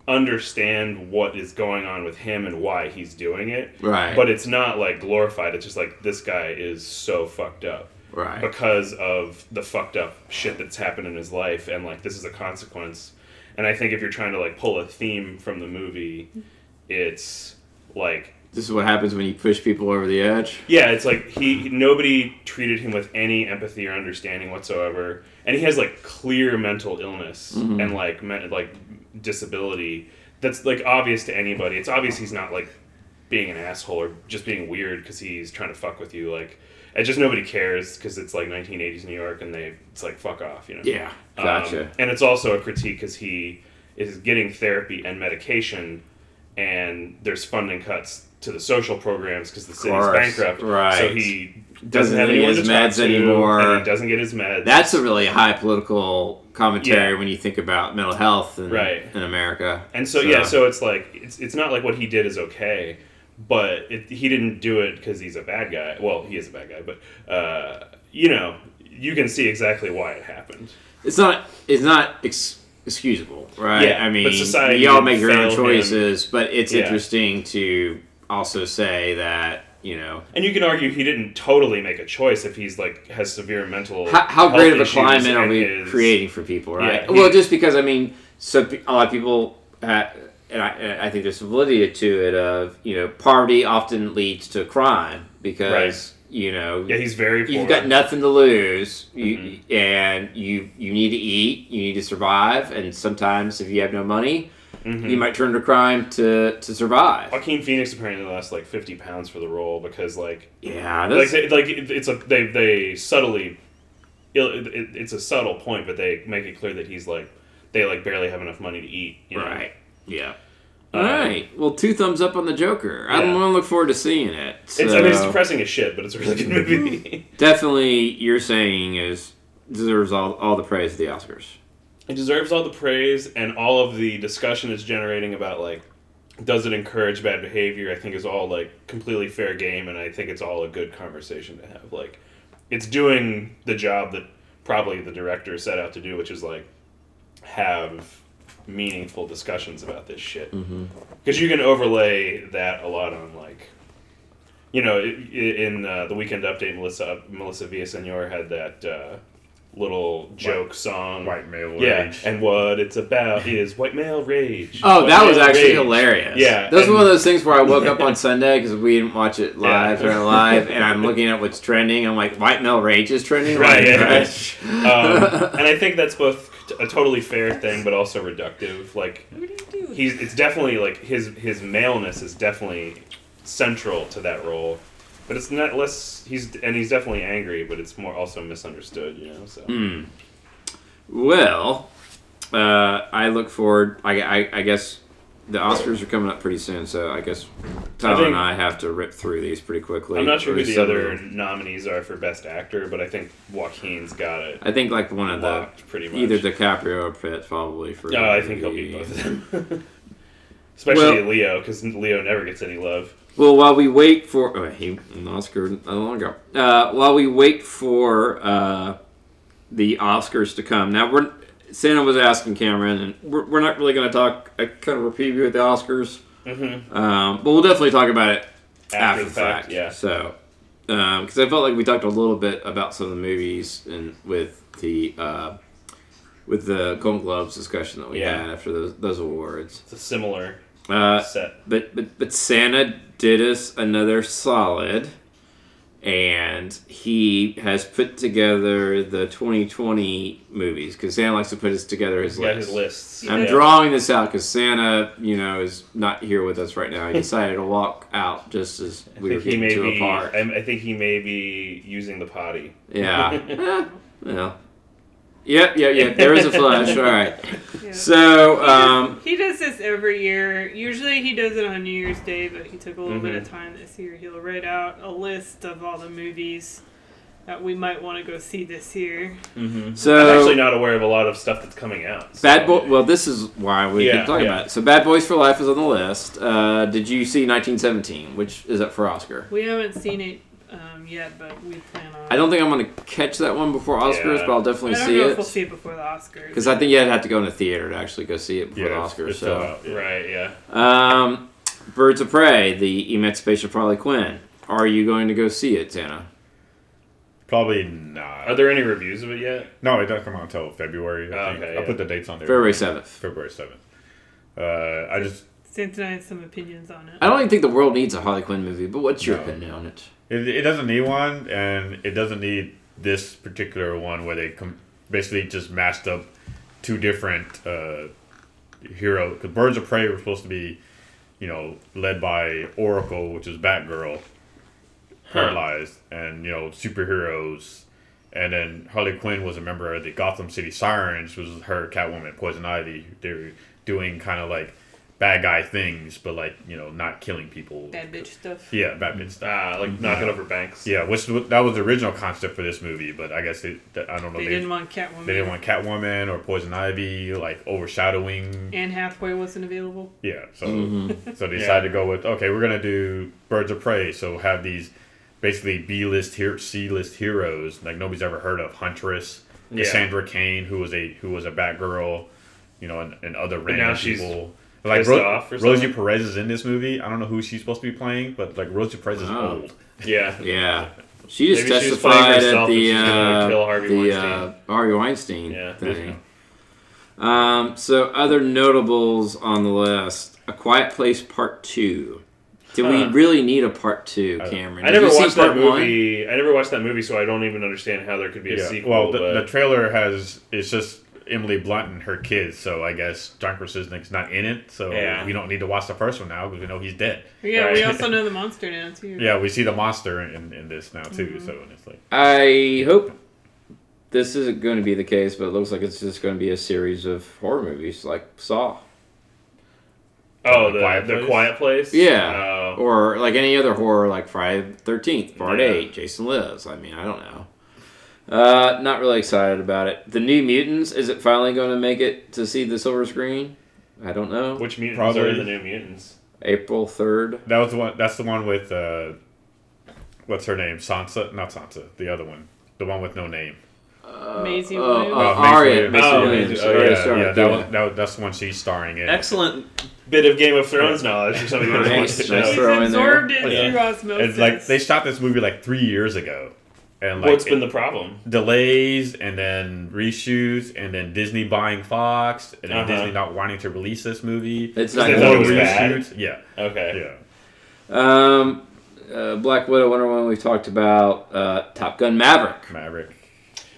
Speaker 4: understand what is going on with him and why he's doing it.
Speaker 2: Right.
Speaker 4: But it's not like glorified. It's just like this guy is so fucked up
Speaker 2: Right.
Speaker 4: because of the fucked up shit that's happened in his life and like this is a consequence and i think if you're trying to like pull a theme from the movie it's like
Speaker 2: This is what happens when you push people over the edge.
Speaker 4: yeah it's like he nobody treated him with any empathy or understanding whatsoever and he has like clear mental illness and like men, like disability that's like obvious to anybody it's obvious he's not like being an asshole or just being weird because he's trying to fuck with you like it just nobody cares because it's like 1980s new york and they it's like fuck off you know
Speaker 2: Yeah.
Speaker 4: um,
Speaker 2: Gotcha.
Speaker 4: and it's also a critique because he is getting therapy and medication, and there's funding cuts to the social programs because the city's
Speaker 2: course,
Speaker 4: bankrupt.
Speaker 2: right.
Speaker 4: So he doesn't,
Speaker 2: Doesn't
Speaker 4: have
Speaker 2: get
Speaker 4: anyone
Speaker 2: his
Speaker 4: to talk
Speaker 2: meds
Speaker 4: to,
Speaker 2: anymore.
Speaker 4: And he doesn't get his meds.
Speaker 2: That's a really high political commentary
Speaker 4: Yeah.
Speaker 2: when you think about mental health in,
Speaker 4: Right.
Speaker 2: in America.
Speaker 4: and so, yeah, so it's like it's it's not like what he did is okay, but it, he didn't do it because he's a bad guy. Well, he is a bad guy, but uh, you know. You can see exactly why it happened.
Speaker 2: it's not it's not ex- excusable, right?
Speaker 4: Yeah,
Speaker 2: I mean,
Speaker 4: but society
Speaker 2: y'all make your own
Speaker 4: failed him.
Speaker 2: choices, but it's
Speaker 4: Yeah.
Speaker 2: interesting to also say that you know
Speaker 4: And you can argue he didn't totally make a choice if he's like has severe mental.
Speaker 2: how, how
Speaker 4: health
Speaker 2: great of a
Speaker 4: issues
Speaker 2: climate are
Speaker 4: and
Speaker 2: we
Speaker 4: his-
Speaker 2: creating for people, right?
Speaker 4: Yeah, he-
Speaker 2: well, just because I mean, so pe- a lot of people, uh, and I, I think there's some validity to it. Of you know, poverty often leads to crime because
Speaker 4: Right.
Speaker 2: you know
Speaker 4: Yeah, he's very poor. Mm-hmm.
Speaker 2: you've got nothing to lose, you, and you you need to eat, you need to survive, and sometimes if you have no money,
Speaker 4: Mm-hmm.
Speaker 2: you might turn to crime to to survive.
Speaker 4: Joaquin Phoenix apparently lost like fifty pounds for the role because like
Speaker 2: Yeah,
Speaker 4: like
Speaker 2: that's,
Speaker 4: they, like it- it's a they they subtly ill- it, it, it's a subtle point, but they make it clear that he's like they like barely have enough money to eat. You know?
Speaker 2: right. Yeah. All right. Well, two thumbs up on the Joker. I'm
Speaker 4: Uh, Yeah.
Speaker 2: gonna look forward to seeing it.
Speaker 4: It's, I mean, it's
Speaker 2: so-
Speaker 4: depressing as shit, but it's a really
Speaker 2: (laughs)
Speaker 4: good movie.
Speaker 2: definitely you're saying is deserves all, all the praise of the Oscars.
Speaker 4: it deserves all the praise and all of the discussion it's generating about like does it encourage bad behavior i think is all like completely fair game and i think it's all a good conversation to have like it's doing the job that probably the director set out to do which is like have meaningful discussions about this shit because you can overlay that a lot on like you know i- i- in uh, the weekend update melissa melissa villaseñor had that uh, little joke song
Speaker 5: White male
Speaker 4: yeah,
Speaker 5: rage.
Speaker 4: and what it's about is white male rage.
Speaker 2: Oh,
Speaker 4: White
Speaker 2: that was
Speaker 4: male
Speaker 2: actually
Speaker 4: rage.
Speaker 2: hilarious.
Speaker 4: Yeah,
Speaker 2: that was
Speaker 4: and-
Speaker 2: one of those things where I woke up
Speaker 4: (laughs)
Speaker 2: on Sunday because we didn't watch it live,
Speaker 4: Yeah.
Speaker 2: turn it live, and I'm looking at what's trending. I'm like, white male rage is trending,
Speaker 4: Right,
Speaker 2: Like,
Speaker 4: yeah.
Speaker 2: right? (laughs)
Speaker 4: Um, and I think that's both t- a totally fair thing, but also reductive. Like
Speaker 3: What do you do?
Speaker 4: he's, it's definitely like his his maleness is definitely central to that role, but it's not less. He's and he's definitely angry, but it's more also misunderstood. You know, so
Speaker 2: Mm. Well, uh, I look forward. I, I, I guess the Oscars are coming up pretty soon, so I guess Tyler
Speaker 4: think-
Speaker 2: and I have to rip through these pretty quickly.
Speaker 4: I'm not sure
Speaker 2: Or
Speaker 4: who the
Speaker 2: some of
Speaker 4: other
Speaker 2: them.
Speaker 4: nominees are for best actor, but I think Joaquin's got it
Speaker 2: I think like one of the
Speaker 4: locked pretty much.
Speaker 2: either DiCaprio or Pitt probably for.
Speaker 4: Yeah, Oh, I think he'll be
Speaker 2: the-
Speaker 4: both of them. (laughs) Especially
Speaker 2: Well-
Speaker 4: Leo, because Leo never gets any love.
Speaker 2: Well, while we wait for oh, he an Oscar not long ago, uh, while we wait for uh, the Oscars to come, now we're Santa was asking Cameron, and we're, we're not really going to talk a kind of a preview of the Oscars, mm-hmm. um, but we'll definitely talk about it after, the fact.
Speaker 4: yeah.
Speaker 2: So, because I felt like we talked a little bit about some of the movies and with the uh, with the Golden Globes discussion that we
Speaker 4: Yeah.
Speaker 2: had after those those awards.
Speaker 4: It's a similar
Speaker 2: Uh,
Speaker 4: set.
Speaker 2: but but but Santa did us another solid, and he has put together the 2020 movies because Santa likes to put us together his
Speaker 4: He's got
Speaker 2: list.
Speaker 4: his lists.
Speaker 2: I'm
Speaker 4: Yeah.
Speaker 2: drawing this out because Santa, you know, is not here with us right now. He decided to walk out just as
Speaker 4: I
Speaker 2: we were
Speaker 4: think he
Speaker 2: getting
Speaker 4: may
Speaker 2: to
Speaker 4: be.
Speaker 2: a park.
Speaker 4: I'm- I think he may be using the potty.
Speaker 2: Yeah.
Speaker 4: (laughs)
Speaker 2: Eh, well. Yep, yep, yep. There was a flush. All right. So, um,
Speaker 3: he does this every year. Usually he does it on New Year's Day, but he took a little bit of time this year. He'll write out a list of all the movies that we might want to go see this year.
Speaker 4: I'm
Speaker 2: so
Speaker 4: actually not aware of a lot of stuff that's coming out. so-
Speaker 2: Bad Boy. Well, this is why we
Speaker 4: Yeah,
Speaker 2: keep talking
Speaker 4: yeah.
Speaker 2: about it. So, Bad Boys for Life is on the list. Uh, did you see 1917, which is up for Oscar?
Speaker 3: We haven't seen it. um, yet, but we plan on.
Speaker 2: I don't think I'm gonna catch that one before Oscars,
Speaker 4: Yeah.
Speaker 2: but I'll
Speaker 3: I
Speaker 2: definitely
Speaker 3: don't
Speaker 2: see
Speaker 3: know if we'll
Speaker 2: it
Speaker 3: see it before the Oscars.
Speaker 2: because I think you'd have to go in a theater to actually go see it before
Speaker 5: Yeah, it's-
Speaker 2: the Oscars.
Speaker 5: it's uh, still
Speaker 2: so,
Speaker 5: out.
Speaker 4: Right, yeah.
Speaker 2: um, Birds of Prey, the Emancipation of Harley Quinn. Are you going to go see it, Tana?
Speaker 5: Probably not.
Speaker 4: Are there any reviews of it yet?
Speaker 5: No, it doesn't come out until February. I
Speaker 4: Oh,
Speaker 5: think.
Speaker 4: okay,
Speaker 5: I
Speaker 4: yeah.
Speaker 5: put the dates on there.
Speaker 2: February seventh.
Speaker 5: February seventh. Uh, I just
Speaker 3: Santa and I have some opinions on it.
Speaker 2: I don't even think the world needs a Harley Quinn movie, but what's your
Speaker 5: No.
Speaker 2: opinion on it?
Speaker 5: it, it doesn't need one, and it doesn't need this particular one where they com- basically just mashed up two different uh, hero. Because Birds of Prey were supposed to be, you know, led by Oracle, which is Batgirl, paralyzed, and you know superheroes. And then Harley Quinn was a member of the Gotham City Sirens, which was her Catwoman, Poison Ivy. They were doing kind of like bad guy things, but like you know, not killing people.
Speaker 3: Bad bitch stuff.
Speaker 5: Yeah, bad bitch stuff.
Speaker 4: Ah, like knocking over banks.
Speaker 5: Mm, Yeah, which w- that was the original concept for this movie, but I guess it, that- I don't know.
Speaker 3: They didn't want Catwoman.
Speaker 5: they didn't want Catwoman or Poison Ivy like overshadowing.
Speaker 3: Anne Hathaway wasn't available.
Speaker 5: Yeah, so so they decided to go with okay, we're gonna do Birds of Prey. So have these basically B list here, C list heroes like nobody's ever heard of Huntress,
Speaker 4: Yeah.
Speaker 5: Cassandra Cain, who was a who was a Batgirl, you know, and, and other
Speaker 4: now
Speaker 5: random
Speaker 4: she's
Speaker 5: people. Like
Speaker 4: pissed off or
Speaker 5: Rosie
Speaker 4: something?
Speaker 5: Perez is in this movie. I don't know who she's supposed to be playing, but like Rosie Perez is
Speaker 2: Oh.
Speaker 5: old.
Speaker 4: Yeah.
Speaker 2: Yeah. She just
Speaker 4: Maybe she was playing
Speaker 2: testified at
Speaker 4: herself and
Speaker 2: the
Speaker 4: she's gonna
Speaker 2: uh,
Speaker 4: kill Harvey
Speaker 2: the
Speaker 4: Weinstein.
Speaker 2: uh, Harvey Weinstein
Speaker 4: Yeah.
Speaker 2: thing. Um, so other notables on the list: A Quiet Place Part Two. Do we
Speaker 4: Huh.
Speaker 2: really need a Part Two, Cameron?
Speaker 4: I
Speaker 2: Did
Speaker 4: never
Speaker 2: you see
Speaker 4: watched that
Speaker 2: part one?
Speaker 4: movie. I never watched that movie, so I don't even understand how there could be a
Speaker 5: Yeah,
Speaker 4: sequel.
Speaker 5: Well, the,
Speaker 4: but
Speaker 5: the trailer has it's just Emily Blunt and her kids, so I guess John Krasinski's not in it, so
Speaker 4: Yeah. Mm-hmm.
Speaker 5: we don't need to watch the first one now because we know he's dead.
Speaker 3: Yeah, we
Speaker 4: Right.
Speaker 3: also know the monster now too.
Speaker 5: Yeah, we see the monster in, in this now too,
Speaker 4: Mm-hmm.
Speaker 5: so it's like
Speaker 2: I hope this isn't going to be the case, but it looks like it's just going to be a series of horror movies like Saw,
Speaker 4: oh,
Speaker 5: The
Speaker 4: the,
Speaker 5: Quiet
Speaker 4: the
Speaker 5: Place?
Speaker 4: Quiet Place.
Speaker 2: yeah,
Speaker 4: Oh.
Speaker 2: or like any other horror, like Friday the Thirteenth, Part
Speaker 4: Yeah.
Speaker 2: Eight, Jason Lives. I mean, I don't know. Uh, not really excited about it. The New Mutants is it finally going to make it to see the silver screen? I don't know.
Speaker 4: Which mutants are
Speaker 5: Probably.
Speaker 4: in the New Mutants?
Speaker 2: April third.
Speaker 5: that was the one. That's the one with uh, what's her name? Sansa? Not Sansa. The other one. The one with no name.
Speaker 3: Maisie
Speaker 2: Oh,
Speaker 3: Williams.
Speaker 4: Uh,
Speaker 2: oh,
Speaker 5: Mason
Speaker 2: Arya,
Speaker 5: Williams.
Speaker 2: Mason
Speaker 4: Oh,
Speaker 2: Williams.
Speaker 4: Mason- oh,
Speaker 2: Arya
Speaker 5: yeah,
Speaker 2: Stark,
Speaker 5: yeah, that
Speaker 2: yeah.
Speaker 5: one- that- that's the one she's starring in.
Speaker 4: Excellent bit of Game of Thrones knowledge for somebody who just wants
Speaker 2: Nice,
Speaker 4: to
Speaker 2: nice.
Speaker 4: know.
Speaker 3: She's
Speaker 2: throw in there.
Speaker 3: absorbed it
Speaker 4: Yeah.
Speaker 3: through osmosis.
Speaker 5: It's like they shot this movie like three years ago, and like
Speaker 4: What's
Speaker 5: it-
Speaker 4: been the problem?
Speaker 5: delays and then reshoots and then Disney buying Fox and then
Speaker 4: Uh-huh.
Speaker 5: Disney not wanting to release this movie.
Speaker 2: It's not
Speaker 5: Then
Speaker 2: good.
Speaker 5: more
Speaker 4: It was bad.
Speaker 5: reshoots. Yeah,
Speaker 4: Okay.
Speaker 5: yeah.
Speaker 2: Um, uh, Black Widow, Wonder Woman. We've talked about uh, Top Gun, Maverick.
Speaker 5: Maverick.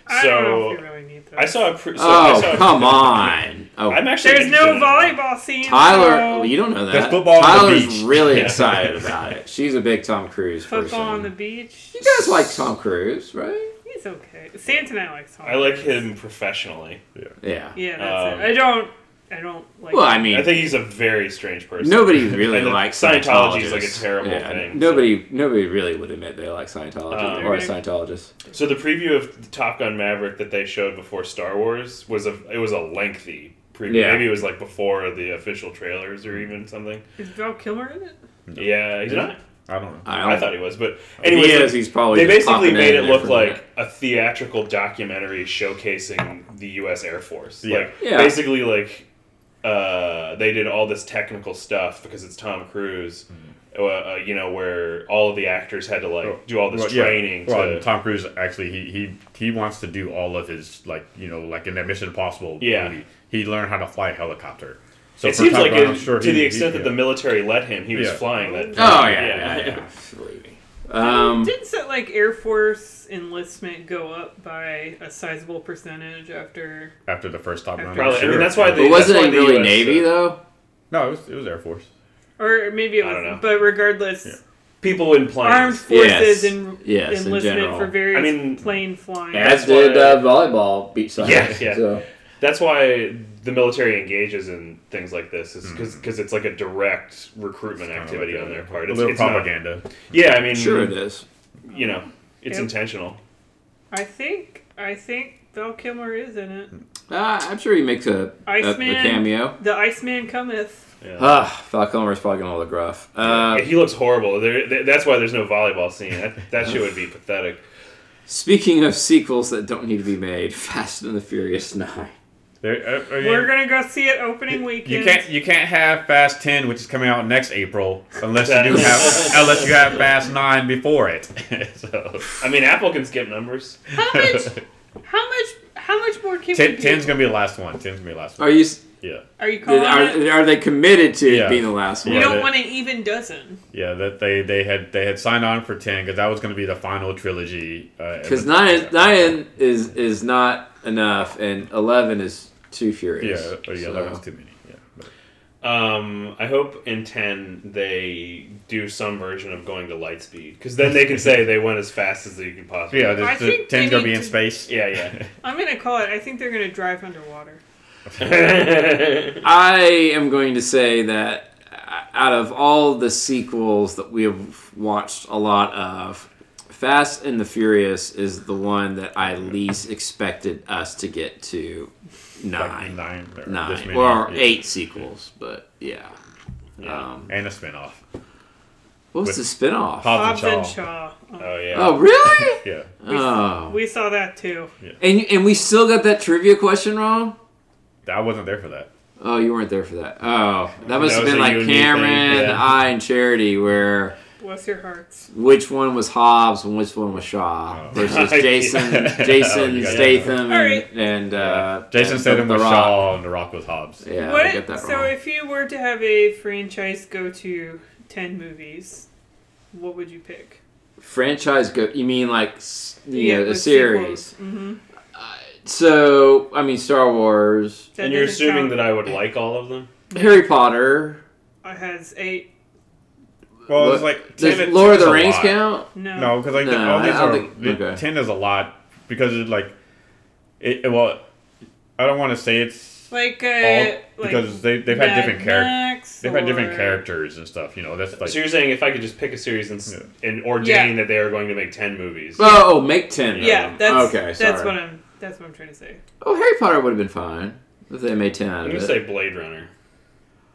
Speaker 3: I don't know if
Speaker 4: So-
Speaker 3: we really need those.
Speaker 4: I saw a. Pre- so I
Speaker 2: oh,
Speaker 4: saw a-
Speaker 2: come on! Oh,
Speaker 4: I'm actually.
Speaker 3: There's
Speaker 4: interested
Speaker 3: no
Speaker 4: in-
Speaker 3: volleyball scene.
Speaker 2: Tyler,
Speaker 3: so-
Speaker 2: you don't know that.
Speaker 5: That's football on the
Speaker 2: Tyler's
Speaker 5: beach.
Speaker 2: really
Speaker 5: (laughs)
Speaker 4: Yeah.
Speaker 2: excited about it. She's a big Tom Cruise person.
Speaker 3: Football on the beach.
Speaker 2: You guys like Tom Cruise, right?
Speaker 3: He's okay. Santa and I like Tom.
Speaker 4: I like
Speaker 3: Cruise.
Speaker 4: him professionally.
Speaker 2: Yeah.
Speaker 3: Yeah, that's
Speaker 4: Um,
Speaker 3: it. I don't. I don't like.
Speaker 2: Well, I
Speaker 3: him.
Speaker 2: mean,
Speaker 4: I think he's a very strange person.
Speaker 2: nobody really
Speaker 4: And the
Speaker 2: likes
Speaker 4: Scientology is like a
Speaker 2: Scientologists.
Speaker 4: terrible
Speaker 2: Yeah,
Speaker 4: thing.
Speaker 2: Nobody, nobody really would admit they like Scientology
Speaker 4: Um,
Speaker 2: or a
Speaker 3: Right.
Speaker 2: Scientologist.
Speaker 4: So the preview of the Top Gun Maverick that they showed before Star Wars was a it was a lengthy preview.
Speaker 2: Yeah.
Speaker 4: Maybe it was like before the official trailers or even something.
Speaker 3: is Val Kilmer in it?
Speaker 4: Yeah, he's
Speaker 5: Is
Speaker 4: not.
Speaker 5: I don't know.
Speaker 2: I, don't,
Speaker 4: I thought he was, but anyways,
Speaker 2: he is,
Speaker 4: they-
Speaker 2: he's probably.
Speaker 4: they
Speaker 2: just
Speaker 4: basically
Speaker 2: popping
Speaker 4: made it
Speaker 2: in there
Speaker 4: look
Speaker 2: for
Speaker 4: like a theatrical documentary showcasing the U.S. Air Force.
Speaker 5: Yeah.
Speaker 4: Like
Speaker 2: Yeah.
Speaker 4: basically like uh, they did all this technical stuff because it's Tom Cruise.
Speaker 2: Mm-hmm.
Speaker 4: Uh, uh, you know where all of the actors had to
Speaker 2: Oh,
Speaker 4: like do all this
Speaker 5: Well, yeah.
Speaker 4: training
Speaker 5: Well,
Speaker 4: to
Speaker 5: Tom Cruise actually he, he he wants to do all of his like you know like in that Mission Impossible
Speaker 4: Yeah.
Speaker 5: movie. He learned how to fly a helicopter. So
Speaker 4: it
Speaker 5: for
Speaker 4: seems
Speaker 5: Top
Speaker 4: like
Speaker 5: Gun,
Speaker 4: it-
Speaker 5: I'm sure
Speaker 4: to
Speaker 5: he-
Speaker 4: the
Speaker 5: he-
Speaker 4: extent that
Speaker 5: yeah.
Speaker 4: the military let him, he was
Speaker 5: Yeah.
Speaker 4: flying that.
Speaker 2: Oh
Speaker 4: time.
Speaker 2: yeah, yeah, yeah.
Speaker 4: (laughs)
Speaker 2: Believe me.
Speaker 3: Um,
Speaker 2: Um,
Speaker 3: Didn't set like Air Force enlistment go up by a sizable percentage after?
Speaker 5: after the first Top Gun,
Speaker 3: Probably.
Speaker 5: I'm
Speaker 3: I mean,
Speaker 4: that's why they-
Speaker 2: but wasn't
Speaker 4: that's why
Speaker 2: it
Speaker 4: the
Speaker 2: really
Speaker 4: US,
Speaker 2: Navy
Speaker 4: uh,
Speaker 2: though?
Speaker 5: no, it was, it was Air Force.
Speaker 3: Or maybe it
Speaker 4: I
Speaker 3: was,
Speaker 4: don't know.
Speaker 3: but regardless,
Speaker 5: Yeah.
Speaker 4: People in planes.
Speaker 3: armed forces
Speaker 2: Yes.
Speaker 3: and
Speaker 2: Yes, in
Speaker 3: enlistment
Speaker 2: general.
Speaker 3: for various
Speaker 4: I mean,
Speaker 3: plane flying.
Speaker 4: That's
Speaker 2: As did
Speaker 4: why-
Speaker 2: uh, volleyball beachside.
Speaker 4: Yeah, yeah. Mm-hmm.
Speaker 2: So.
Speaker 4: That's why the military engages in things like this, is because it's like a direct recruitment
Speaker 5: Hmm. Kinda
Speaker 4: activity
Speaker 5: like a-
Speaker 4: on their part.
Speaker 5: A
Speaker 4: It's,
Speaker 5: little
Speaker 4: it's not-
Speaker 5: propaganda.
Speaker 4: yeah, I mean,
Speaker 2: Sure it is.
Speaker 4: you know, it's
Speaker 3: Yep.
Speaker 4: intentional.
Speaker 3: I think I think Val Kilmer is in it.
Speaker 2: Uh, I'm sure he makes a, a, a
Speaker 3: Iceman.
Speaker 2: cameo.
Speaker 3: The Iceman cometh.
Speaker 4: Yeah.
Speaker 2: Ah, Falconer's fucking all the gruff. Uh,
Speaker 4: Yeah, he looks horrible. There, th- that's why there's no volleyball scene. That, that shit would
Speaker 2: (laughs)
Speaker 4: be pathetic.
Speaker 2: Speaking of sequels that don't need to be made, (laughs) Fast and the Furious 9.
Speaker 5: There, uh, I- I mean,
Speaker 3: We're gonna go see it opening weekend.
Speaker 5: you can't you can't have Fast Ten, which is coming out next April, unless you do
Speaker 4: That-
Speaker 5: have unless you have Fast Nine before it. (laughs) so
Speaker 4: I mean, Apple can skip numbers.
Speaker 5: (laughs)
Speaker 3: How much? How much? How much more can
Speaker 5: ten,
Speaker 3: we do?
Speaker 5: ten's gonna be the last one. Ten's gonna be the last one.
Speaker 2: Are you? s-
Speaker 5: Yeah,
Speaker 3: Are you calling it?
Speaker 2: Are, are they committed to it
Speaker 5: Yeah.
Speaker 2: being the last one?
Speaker 3: We
Speaker 5: Yeah,
Speaker 3: don't
Speaker 5: that-
Speaker 3: want an even dozen.
Speaker 5: yeah. That they, they had they had signed on for ten because that was gonna be the final trilogy. uh,
Speaker 2: Because nine, is, nine is is not enough, and eleven is too
Speaker 5: Yeah,
Speaker 2: furious.
Speaker 5: or yeah,
Speaker 2: So-
Speaker 5: that was too many. Yeah. But-
Speaker 4: Um, I hope in ten they do some version of going to light speed because then they can say they went as fast as they could possibly.
Speaker 5: Yeah,
Speaker 3: I
Speaker 5: this, the
Speaker 3: think
Speaker 5: ten's
Speaker 3: they
Speaker 5: gonna be
Speaker 3: need
Speaker 5: in
Speaker 3: to-
Speaker 5: space.
Speaker 4: yeah, yeah.
Speaker 5: (laughs)
Speaker 4: (laughs)
Speaker 3: I'm gonna call it. I think they're gonna drive underwater.
Speaker 2: I am going to say that uh, out of all the sequels that we have watched a lot of, Fast and the Furious is the one that I least expected us to get to
Speaker 5: Like
Speaker 2: nine,
Speaker 5: nine, or this
Speaker 2: nine,
Speaker 5: many,
Speaker 2: or
Speaker 5: yeah.
Speaker 2: eight sequels. But yeah,
Speaker 4: Yeah.
Speaker 2: um,
Speaker 5: and a spinoff.
Speaker 2: what was
Speaker 5: With-
Speaker 2: the spinoff? off?
Speaker 5: Hobbs
Speaker 3: Hobbs
Speaker 5: and
Speaker 3: and
Speaker 5: Shaw.
Speaker 3: Shaw. Oh.
Speaker 4: oh yeah.
Speaker 2: oh,
Speaker 5: (laughs)
Speaker 2: really?
Speaker 5: Yeah,
Speaker 3: We,
Speaker 2: Oh.
Speaker 3: we saw that too.
Speaker 2: And and we still got that trivia question wrong.
Speaker 5: I wasn't there for that.
Speaker 2: Oh, you weren't there for that. Oh, that must
Speaker 4: That was
Speaker 2: have been
Speaker 4: a
Speaker 2: like
Speaker 4: unique
Speaker 2: Cameron,
Speaker 4: thing, yeah.
Speaker 2: I, and Charity, where
Speaker 3: Bless your hearts.
Speaker 2: which one was Hobbs and which one was Shaw
Speaker 5: Oh.
Speaker 2: versus Jason,
Speaker 5: (laughs) Yeah. Oh,
Speaker 2: Jason
Speaker 5: you got that.
Speaker 2: Statham,
Speaker 3: All right.
Speaker 2: and, and uh,
Speaker 5: Jason
Speaker 2: and
Speaker 5: Statham
Speaker 2: The
Speaker 5: was
Speaker 2: Rock.
Speaker 5: Shaw, and The Rock was Hobbs.
Speaker 2: Yeah, I got
Speaker 3: what?
Speaker 2: that
Speaker 3: So
Speaker 2: wrong.
Speaker 3: if you were to have a franchise go to ten movies, what would you pick?
Speaker 2: Franchise go? You mean like s- you know, a
Speaker 3: with
Speaker 2: series?
Speaker 3: sequels. Mhm.
Speaker 2: So I mean Star Wars,
Speaker 3: That
Speaker 4: and you're
Speaker 3: doesn't
Speaker 4: assuming
Speaker 3: count.
Speaker 4: that I would like all of them.
Speaker 2: Harry Potter.
Speaker 3: I has eight.
Speaker 5: Well, it's
Speaker 2: Lo-
Speaker 5: like
Speaker 2: does
Speaker 5: 10
Speaker 2: Lord of
Speaker 5: 10 is
Speaker 2: the
Speaker 5: a
Speaker 2: Rings
Speaker 5: lot.
Speaker 2: count?
Speaker 3: No.
Speaker 5: No, because like the-
Speaker 2: No,
Speaker 5: all these
Speaker 2: I don't
Speaker 5: are
Speaker 2: think-
Speaker 5: the-
Speaker 2: okay.
Speaker 5: ten is a lot because it's like it. it- well, I don't want to say it's
Speaker 3: Like uh,
Speaker 5: all
Speaker 3: like
Speaker 5: because they they've had
Speaker 3: Mad
Speaker 5: different characters.
Speaker 3: Max
Speaker 5: They've had different
Speaker 3: or-
Speaker 5: characters and stuff. You know, that's like
Speaker 4: so you're saying if I could just pick a series and, s and ordain that they are going to make ten movies?
Speaker 2: Oh, make ten.
Speaker 3: Yeah,
Speaker 4: Yeah.
Speaker 3: that's
Speaker 2: Okay,
Speaker 3: that's
Speaker 2: sorry.
Speaker 3: what I'm that's what I'm trying to say.
Speaker 2: Oh, Harry Potter would have been fine if they made ten out
Speaker 4: I'm
Speaker 2: of
Speaker 4: gonna
Speaker 2: it.
Speaker 4: say Blade Runner.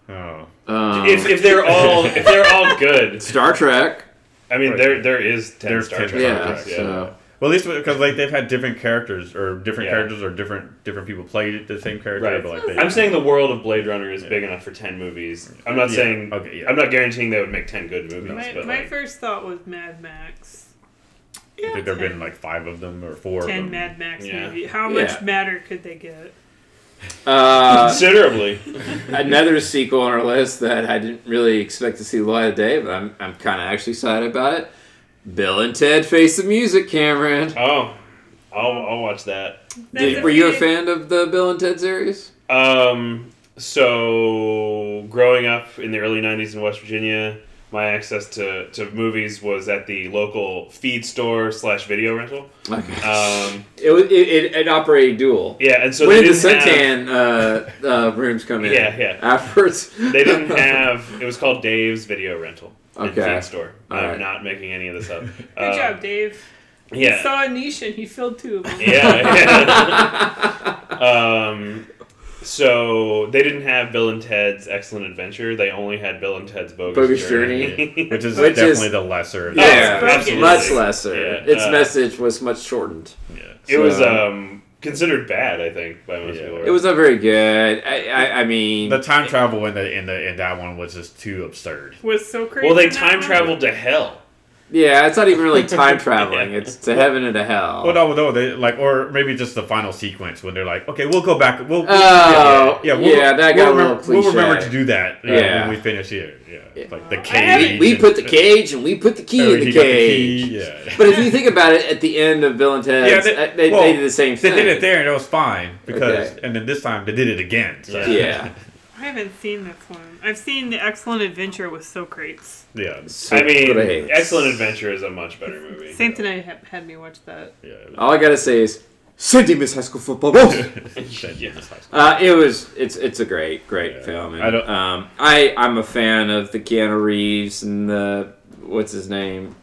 Speaker 5: oh,
Speaker 2: Um,
Speaker 4: If, if they're all if they're
Speaker 5: (laughs)
Speaker 4: all good,
Speaker 2: Star Trek,
Speaker 4: I mean there there is ten
Speaker 5: There's
Speaker 4: Star
Speaker 5: 10
Speaker 4: Trek.
Speaker 5: Star
Speaker 2: yeah.
Speaker 4: movies,
Speaker 5: Trek,
Speaker 2: So
Speaker 5: well, at least because like they've had different characters or different
Speaker 4: Yeah.
Speaker 5: characters or different different people played the same character.
Speaker 4: Right.
Speaker 5: But like they,
Speaker 4: I'm saying the world of Blade Runner is big enough for ten movies. I'm not
Speaker 5: Yeah.
Speaker 4: saying
Speaker 5: Okay, yeah.
Speaker 4: I'm not guaranteeing they would make ten good movies,
Speaker 3: My,
Speaker 4: but
Speaker 3: my
Speaker 4: like,
Speaker 3: first thought was Mad Max.
Speaker 5: I think there've
Speaker 3: ten.
Speaker 5: been like five of them or four. of
Speaker 3: ten
Speaker 5: them.
Speaker 3: Mad Max
Speaker 4: Yeah.
Speaker 3: movie. How
Speaker 2: Yeah.
Speaker 3: much matter could they get?
Speaker 2: uh,
Speaker 4: considerably.
Speaker 2: another sequel on our list that I didn't really expect to see the light of day, but I'm I'm kind of actually excited about it. Bill and Ted Face the Music, Cameron.
Speaker 4: oh, I'll I'll watch that.
Speaker 3: That's
Speaker 2: Did, were you a
Speaker 3: big-
Speaker 2: fan of the Bill and Ted series?
Speaker 4: Um, so growing up in the early '90s in West Virginia, my access to to movies was at the local feed store slash video rental.
Speaker 2: Okay.
Speaker 4: Um,
Speaker 2: it, was- it, it it operated dual.
Speaker 4: yeah, and so
Speaker 2: when
Speaker 4: they
Speaker 2: did the
Speaker 4: didn't have-
Speaker 2: suntan uh, uh, rooms come in?
Speaker 4: Yeah, yeah.
Speaker 2: Afterwards,
Speaker 4: They
Speaker 2: (laughs)
Speaker 4: didn't have. It was called Dave's Video Rental. and
Speaker 2: Okay.
Speaker 4: Feed store.
Speaker 2: All
Speaker 4: I'm
Speaker 2: right.
Speaker 4: not making any of this up.
Speaker 3: (laughs)
Speaker 4: Um,
Speaker 3: Good job, Dave.
Speaker 4: Uh, Yeah.
Speaker 3: He saw a niche and he filled two of them.
Speaker 2: (laughs)
Speaker 4: yeah. um, so they didn't have Bill and Ted's Excellent Adventure. They only had Bill and Ted's Bogus,
Speaker 2: Bogus
Speaker 4: (laughs)
Speaker 5: which is
Speaker 2: Which is-
Speaker 5: definitely the lesser. of the-
Speaker 2: Yeah,
Speaker 4: Oh, absolutely.
Speaker 2: much lesser.
Speaker 4: Yeah,
Speaker 2: its
Speaker 4: uh,
Speaker 2: message was much shortened.
Speaker 5: yeah.
Speaker 4: it was
Speaker 2: So-
Speaker 4: um, considered bad, I think, by most
Speaker 5: Yeah.
Speaker 4: people.
Speaker 2: It was not very good. I, I, I mean,
Speaker 5: The time travel in the in the in that one was just too absurd.
Speaker 3: (laughs) Was so crazy.
Speaker 4: well, they
Speaker 3: in that
Speaker 4: time
Speaker 3: one.
Speaker 4: traveled to hell.
Speaker 2: yeah, it's not even
Speaker 5: (laughs)
Speaker 2: really time traveling. It's to heaven and to hell.
Speaker 5: Well, Oh, no, no, they like, or maybe just the final sequence when they're like, okay, we'll go back. We'll,
Speaker 2: Oh,
Speaker 5: yeah,
Speaker 2: yeah, that got a
Speaker 5: remember,
Speaker 2: little
Speaker 5: We'll remember
Speaker 2: cliche.
Speaker 5: to do that uh,
Speaker 2: Yeah.
Speaker 5: when we finish here. Yeah, like the
Speaker 3: I haven't-
Speaker 5: cage.
Speaker 2: we, we
Speaker 5: and-
Speaker 2: put the cage and we put the key
Speaker 5: Oh,
Speaker 2: in
Speaker 5: he
Speaker 2: the
Speaker 5: got
Speaker 2: cage.
Speaker 5: key, yeah.
Speaker 2: But if you think about it, at the end of Bill and Ted,
Speaker 5: Yeah,
Speaker 2: they,
Speaker 5: they-
Speaker 2: uh, they,
Speaker 5: well,
Speaker 2: did the same
Speaker 5: They
Speaker 2: thing.
Speaker 5: did it there and it was fine because,
Speaker 2: Okay.
Speaker 5: and then this time they did it again. So.
Speaker 2: Yeah.
Speaker 3: I haven't seen this one. I've seen the Excellent Adventure with Socrates.
Speaker 5: yeah,
Speaker 4: I mean,
Speaker 2: Great.
Speaker 4: Excellent Adventure is a much better movie.
Speaker 3: Same thing. I ha- had me watch that.
Speaker 5: yeah. it was-
Speaker 2: All I gotta say is, Cindy Miss High School Football.
Speaker 5: (laughs)
Speaker 2: Bowl."
Speaker 5: yeah.
Speaker 2: Uh, it was it's it's a great great
Speaker 5: Yeah.
Speaker 2: film. And,
Speaker 5: I don't-
Speaker 2: um, I I'm a fan of the Keanu Reeves and the what's his name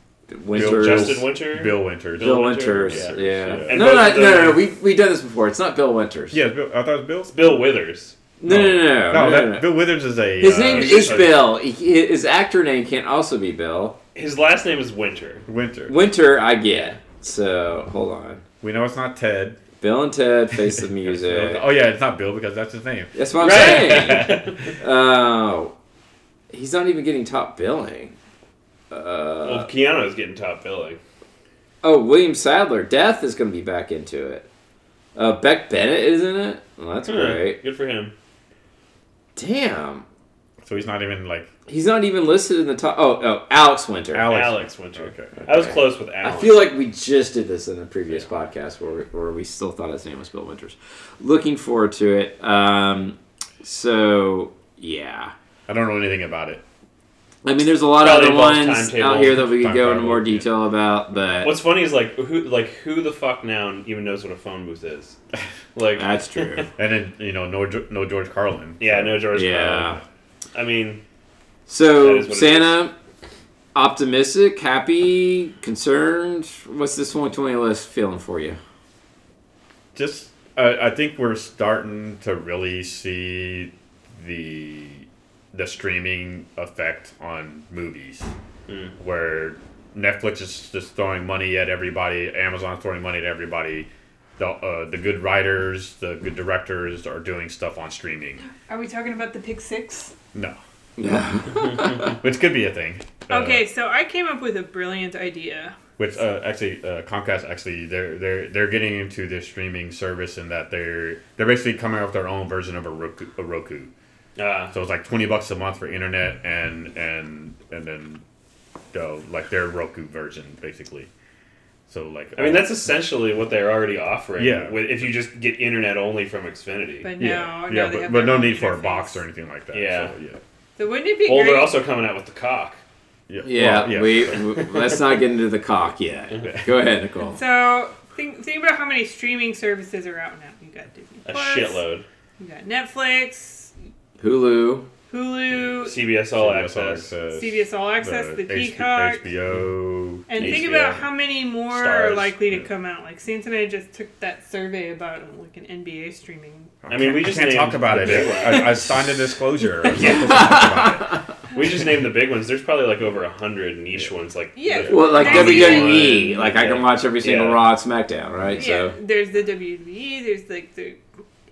Speaker 2: Winters
Speaker 4: Justin Winter.
Speaker 5: Bill Winters.
Speaker 2: Bill
Speaker 4: Bill
Speaker 2: Winters.
Speaker 4: Winters.
Speaker 2: Yeah.
Speaker 5: Yeah.
Speaker 4: And
Speaker 2: No, no,
Speaker 4: both of
Speaker 2: no, no,
Speaker 4: them-
Speaker 2: no. We we done this before. It's not Bill Winters.
Speaker 5: Yeah, Bill, I thought it was Bill.
Speaker 4: Bill Withers.
Speaker 2: No, no, no, no.
Speaker 5: No,
Speaker 2: no,
Speaker 5: that,
Speaker 2: no, no.
Speaker 5: Bill Withers is a.
Speaker 2: His
Speaker 5: uh,
Speaker 2: name is Bill. He- His actor name can't also be Bill.
Speaker 4: His last name is Winter.
Speaker 5: Winter.
Speaker 2: Winter, I get. So hold on.
Speaker 5: We know it's not Ted.
Speaker 2: Bill and Ted face
Speaker 5: (laughs)
Speaker 2: the music.
Speaker 5: Oh yeah, it's not Bill because that's his name.
Speaker 2: That's what
Speaker 4: (laughs)
Speaker 2: I'm saying. Oh, he's not even getting top billing. Uh,
Speaker 4: well, Keanu's getting top billing.
Speaker 2: Oh, William Sadler, Death is going to be back into it. Uh, Beck Bennett is in it. Well, that's
Speaker 4: Hmm,
Speaker 2: great.
Speaker 4: Good for him.
Speaker 2: Damn,
Speaker 5: So he's not even like
Speaker 2: he's not even listed in the top. Oh, oh, Alex Winter.
Speaker 5: Alex.
Speaker 4: Alex Winter.
Speaker 5: Okay.
Speaker 4: I was close with
Speaker 2: I
Speaker 4: Alex.
Speaker 2: feel like we just did this in a previous podcast where we, where we still thought his name was Bill Winters. Looking forward to it. Um, so yeah,
Speaker 5: I don't know anything about it. (laughs)
Speaker 2: I mean, there's a lot
Speaker 4: Probably
Speaker 2: of other
Speaker 4: involves
Speaker 2: ones
Speaker 4: timetable,
Speaker 2: out here that we could go into
Speaker 5: timetable,
Speaker 2: more
Speaker 5: yeah.
Speaker 2: detail about, but
Speaker 4: What's funny is like who like who the fuck now even knows what a phone booth is? Like
Speaker 2: that's
Speaker 4: (laughs)
Speaker 2: true.
Speaker 5: And then you know no Ge- no George Carlin.
Speaker 4: yeah, no George.
Speaker 2: yeah.
Speaker 4: Carlin. I mean, That
Speaker 2: So
Speaker 4: is what it
Speaker 2: Santa, optimistic, happy, concerned. What's this 120 list feeling for you?
Speaker 5: Just I, I think we're starting to really see the the streaming effect on movies, where Netflix is just throwing money at everybody, Amazon's throwing money at everybody. The, uh, the good writers, the good directors are doing stuff on streaming.
Speaker 3: Are we talking about the pick six?
Speaker 5: No,
Speaker 2: Yeah.
Speaker 5: which could be a thing. Uh,
Speaker 3: Okay, so I came up with a brilliant idea.
Speaker 5: Which uh, actually, uh, Comcast actually they're they're they're getting into this streaming service and that they're they're basically coming up with their own version of a Roku. A Roku.
Speaker 4: uh,
Speaker 5: So it's like twenty bucks a month for internet and and and then go like their Roku version basically. So like
Speaker 4: I mean that's essentially what they're already offering.
Speaker 5: Yeah.
Speaker 4: with, if you just get internet only from Xfinity.
Speaker 3: But no,
Speaker 5: yeah
Speaker 3: no,
Speaker 5: yeah
Speaker 3: they
Speaker 5: but,
Speaker 3: have
Speaker 5: but
Speaker 3: their
Speaker 5: no
Speaker 3: own
Speaker 5: need for a
Speaker 3: interface.
Speaker 5: box or anything like that.
Speaker 4: Yeah.
Speaker 5: so, yeah.
Speaker 3: So wouldn't it be
Speaker 4: well,
Speaker 3: great?
Speaker 4: they're also coming out with the cock.
Speaker 5: Yeah,
Speaker 2: Yeah,
Speaker 5: well, yeah.
Speaker 2: we, w let's not get into the cock
Speaker 4: (laughs)
Speaker 2: yet. Go ahead, Nicole.
Speaker 3: so think think about how many streaming services are out now. You got Disney
Speaker 4: A
Speaker 3: Plus,
Speaker 4: shitload.
Speaker 3: You got Netflix,
Speaker 2: Hulu,
Speaker 3: Hulu,
Speaker 4: CBS All
Speaker 5: CBS All
Speaker 4: Access.
Speaker 3: CBS All Access, the
Speaker 5: uh, the H-
Speaker 3: Peacock.
Speaker 5: HBO.
Speaker 3: And think
Speaker 4: HBO.
Speaker 3: about how many more are
Speaker 4: Stars,
Speaker 3: likely to
Speaker 4: yeah.
Speaker 3: come out. Like Santa and I just took that survey about like an NBA streaming.
Speaker 5: I
Speaker 4: mean, we
Speaker 5: can't-
Speaker 4: just
Speaker 5: I can't
Speaker 4: named
Speaker 5: talk about
Speaker 4: the
Speaker 5: it.
Speaker 4: big
Speaker 5: I, I signed
Speaker 4: (laughs)
Speaker 5: a disclosure. I'm not supposed to talk about it.
Speaker 4: We just named the big ones. There's probably like over a hundred niche ones. Like
Speaker 3: Yeah.
Speaker 2: well, like
Speaker 3: Nice.
Speaker 2: WWE, like I can watch every single
Speaker 4: Yeah.
Speaker 2: Raw and SmackDown, right?
Speaker 3: Yeah,
Speaker 2: So
Speaker 3: there's the WWE, there's like the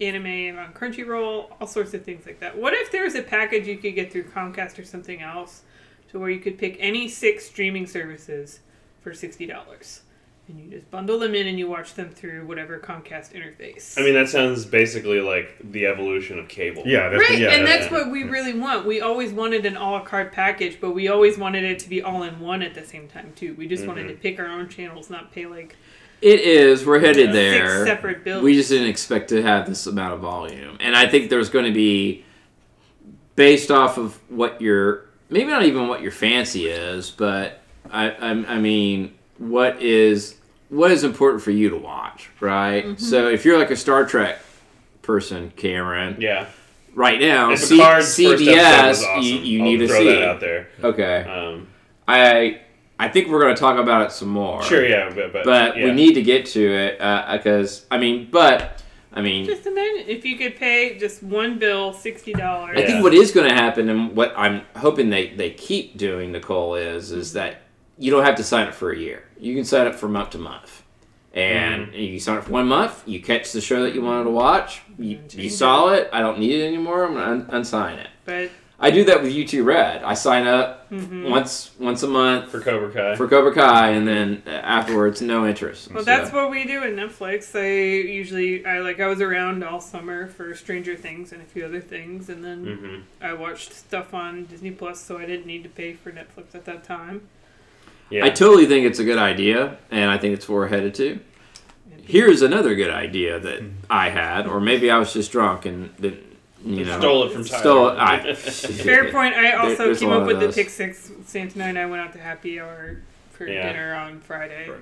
Speaker 3: anime on Crunchyroll, all sorts of things like that. What if there was a package you could get through Comcast or something else to where you could pick any six streaming services for $60? And you just bundle them in and you watch them through whatever Comcast interface.
Speaker 4: I mean, that sounds basically like the evolution of cable.
Speaker 5: Yeah, that's,
Speaker 3: Right,
Speaker 5: yeah,
Speaker 3: and that's
Speaker 5: that's-
Speaker 3: what we really want. We always wanted an a la carte package, but we always wanted it to be all in one at the same time too. We just wanted to pick our own channels, not pay like
Speaker 2: it is. We're headed there.
Speaker 3: six separate bills.
Speaker 2: We just didn't expect to have this amount of volume. And I think there's going to be, based off of what your, maybe not even what your fancy is, but I, I, I mean, what is what is important for you to watch, right?
Speaker 3: Mm-hmm.
Speaker 2: So if you're like a Star Trek person, Cameron,
Speaker 4: Yeah.
Speaker 2: right now,
Speaker 4: And
Speaker 2: C-
Speaker 4: Picard's first episode
Speaker 2: CBS,
Speaker 4: was awesome.
Speaker 2: you, you
Speaker 4: I'll
Speaker 2: need to
Speaker 4: throw
Speaker 2: see.
Speaker 4: that out there.
Speaker 2: Okay,
Speaker 4: Um,
Speaker 2: I I think we're going to talk about it some more.
Speaker 4: sure, yeah, but but,
Speaker 2: But we
Speaker 4: yeah.
Speaker 2: need to get to it because I mean, but I mean,
Speaker 3: Just imagine if you could pay just one bill sixty dollars.
Speaker 2: I think
Speaker 4: Yeah.
Speaker 2: what is going to happen, and what I'm hoping they, they keep doing, Nicole, is is that you don't have to sign up for a year. You can sign up for month to month, and
Speaker 4: Mm-hmm.
Speaker 2: you sign up for one month. You catch the show that you wanted to watch. You,
Speaker 3: And
Speaker 2: you
Speaker 3: change
Speaker 2: saw it. I don't need it anymore. I'm gonna un- unsign it.
Speaker 3: But mm-hmm.
Speaker 2: I do that with YouTube Red. I sign up
Speaker 3: Hmm.
Speaker 2: once once a month
Speaker 4: for Cobra Kai.
Speaker 2: for Cobra Kai, and then uh, afterwards, no interest.
Speaker 3: well,
Speaker 2: So-
Speaker 3: that's what we do at Netflix. I usually I like I was around all summer for Stranger Things and a few other things, and then
Speaker 2: Mm.
Speaker 4: Mhm.
Speaker 3: I watched stuff on Disney Plus, so I didn't need to pay for Netflix at that time.
Speaker 4: yeah.
Speaker 2: I totally think it's a good idea, and I think it's where we're headed to. Here's another good idea that
Speaker 4: Hmm.
Speaker 2: I had, or maybe I was just drunk and didn't, you know,
Speaker 4: stole it from Tyler.
Speaker 2: Stole it. I, (laughs)
Speaker 3: Fair point. I also
Speaker 2: there's a
Speaker 3: came
Speaker 2: lot
Speaker 3: up
Speaker 2: of
Speaker 3: with the
Speaker 2: those.
Speaker 3: pick six. Santa and I went out to happy hour for
Speaker 4: Yeah.
Speaker 3: dinner on Friday.
Speaker 5: Right.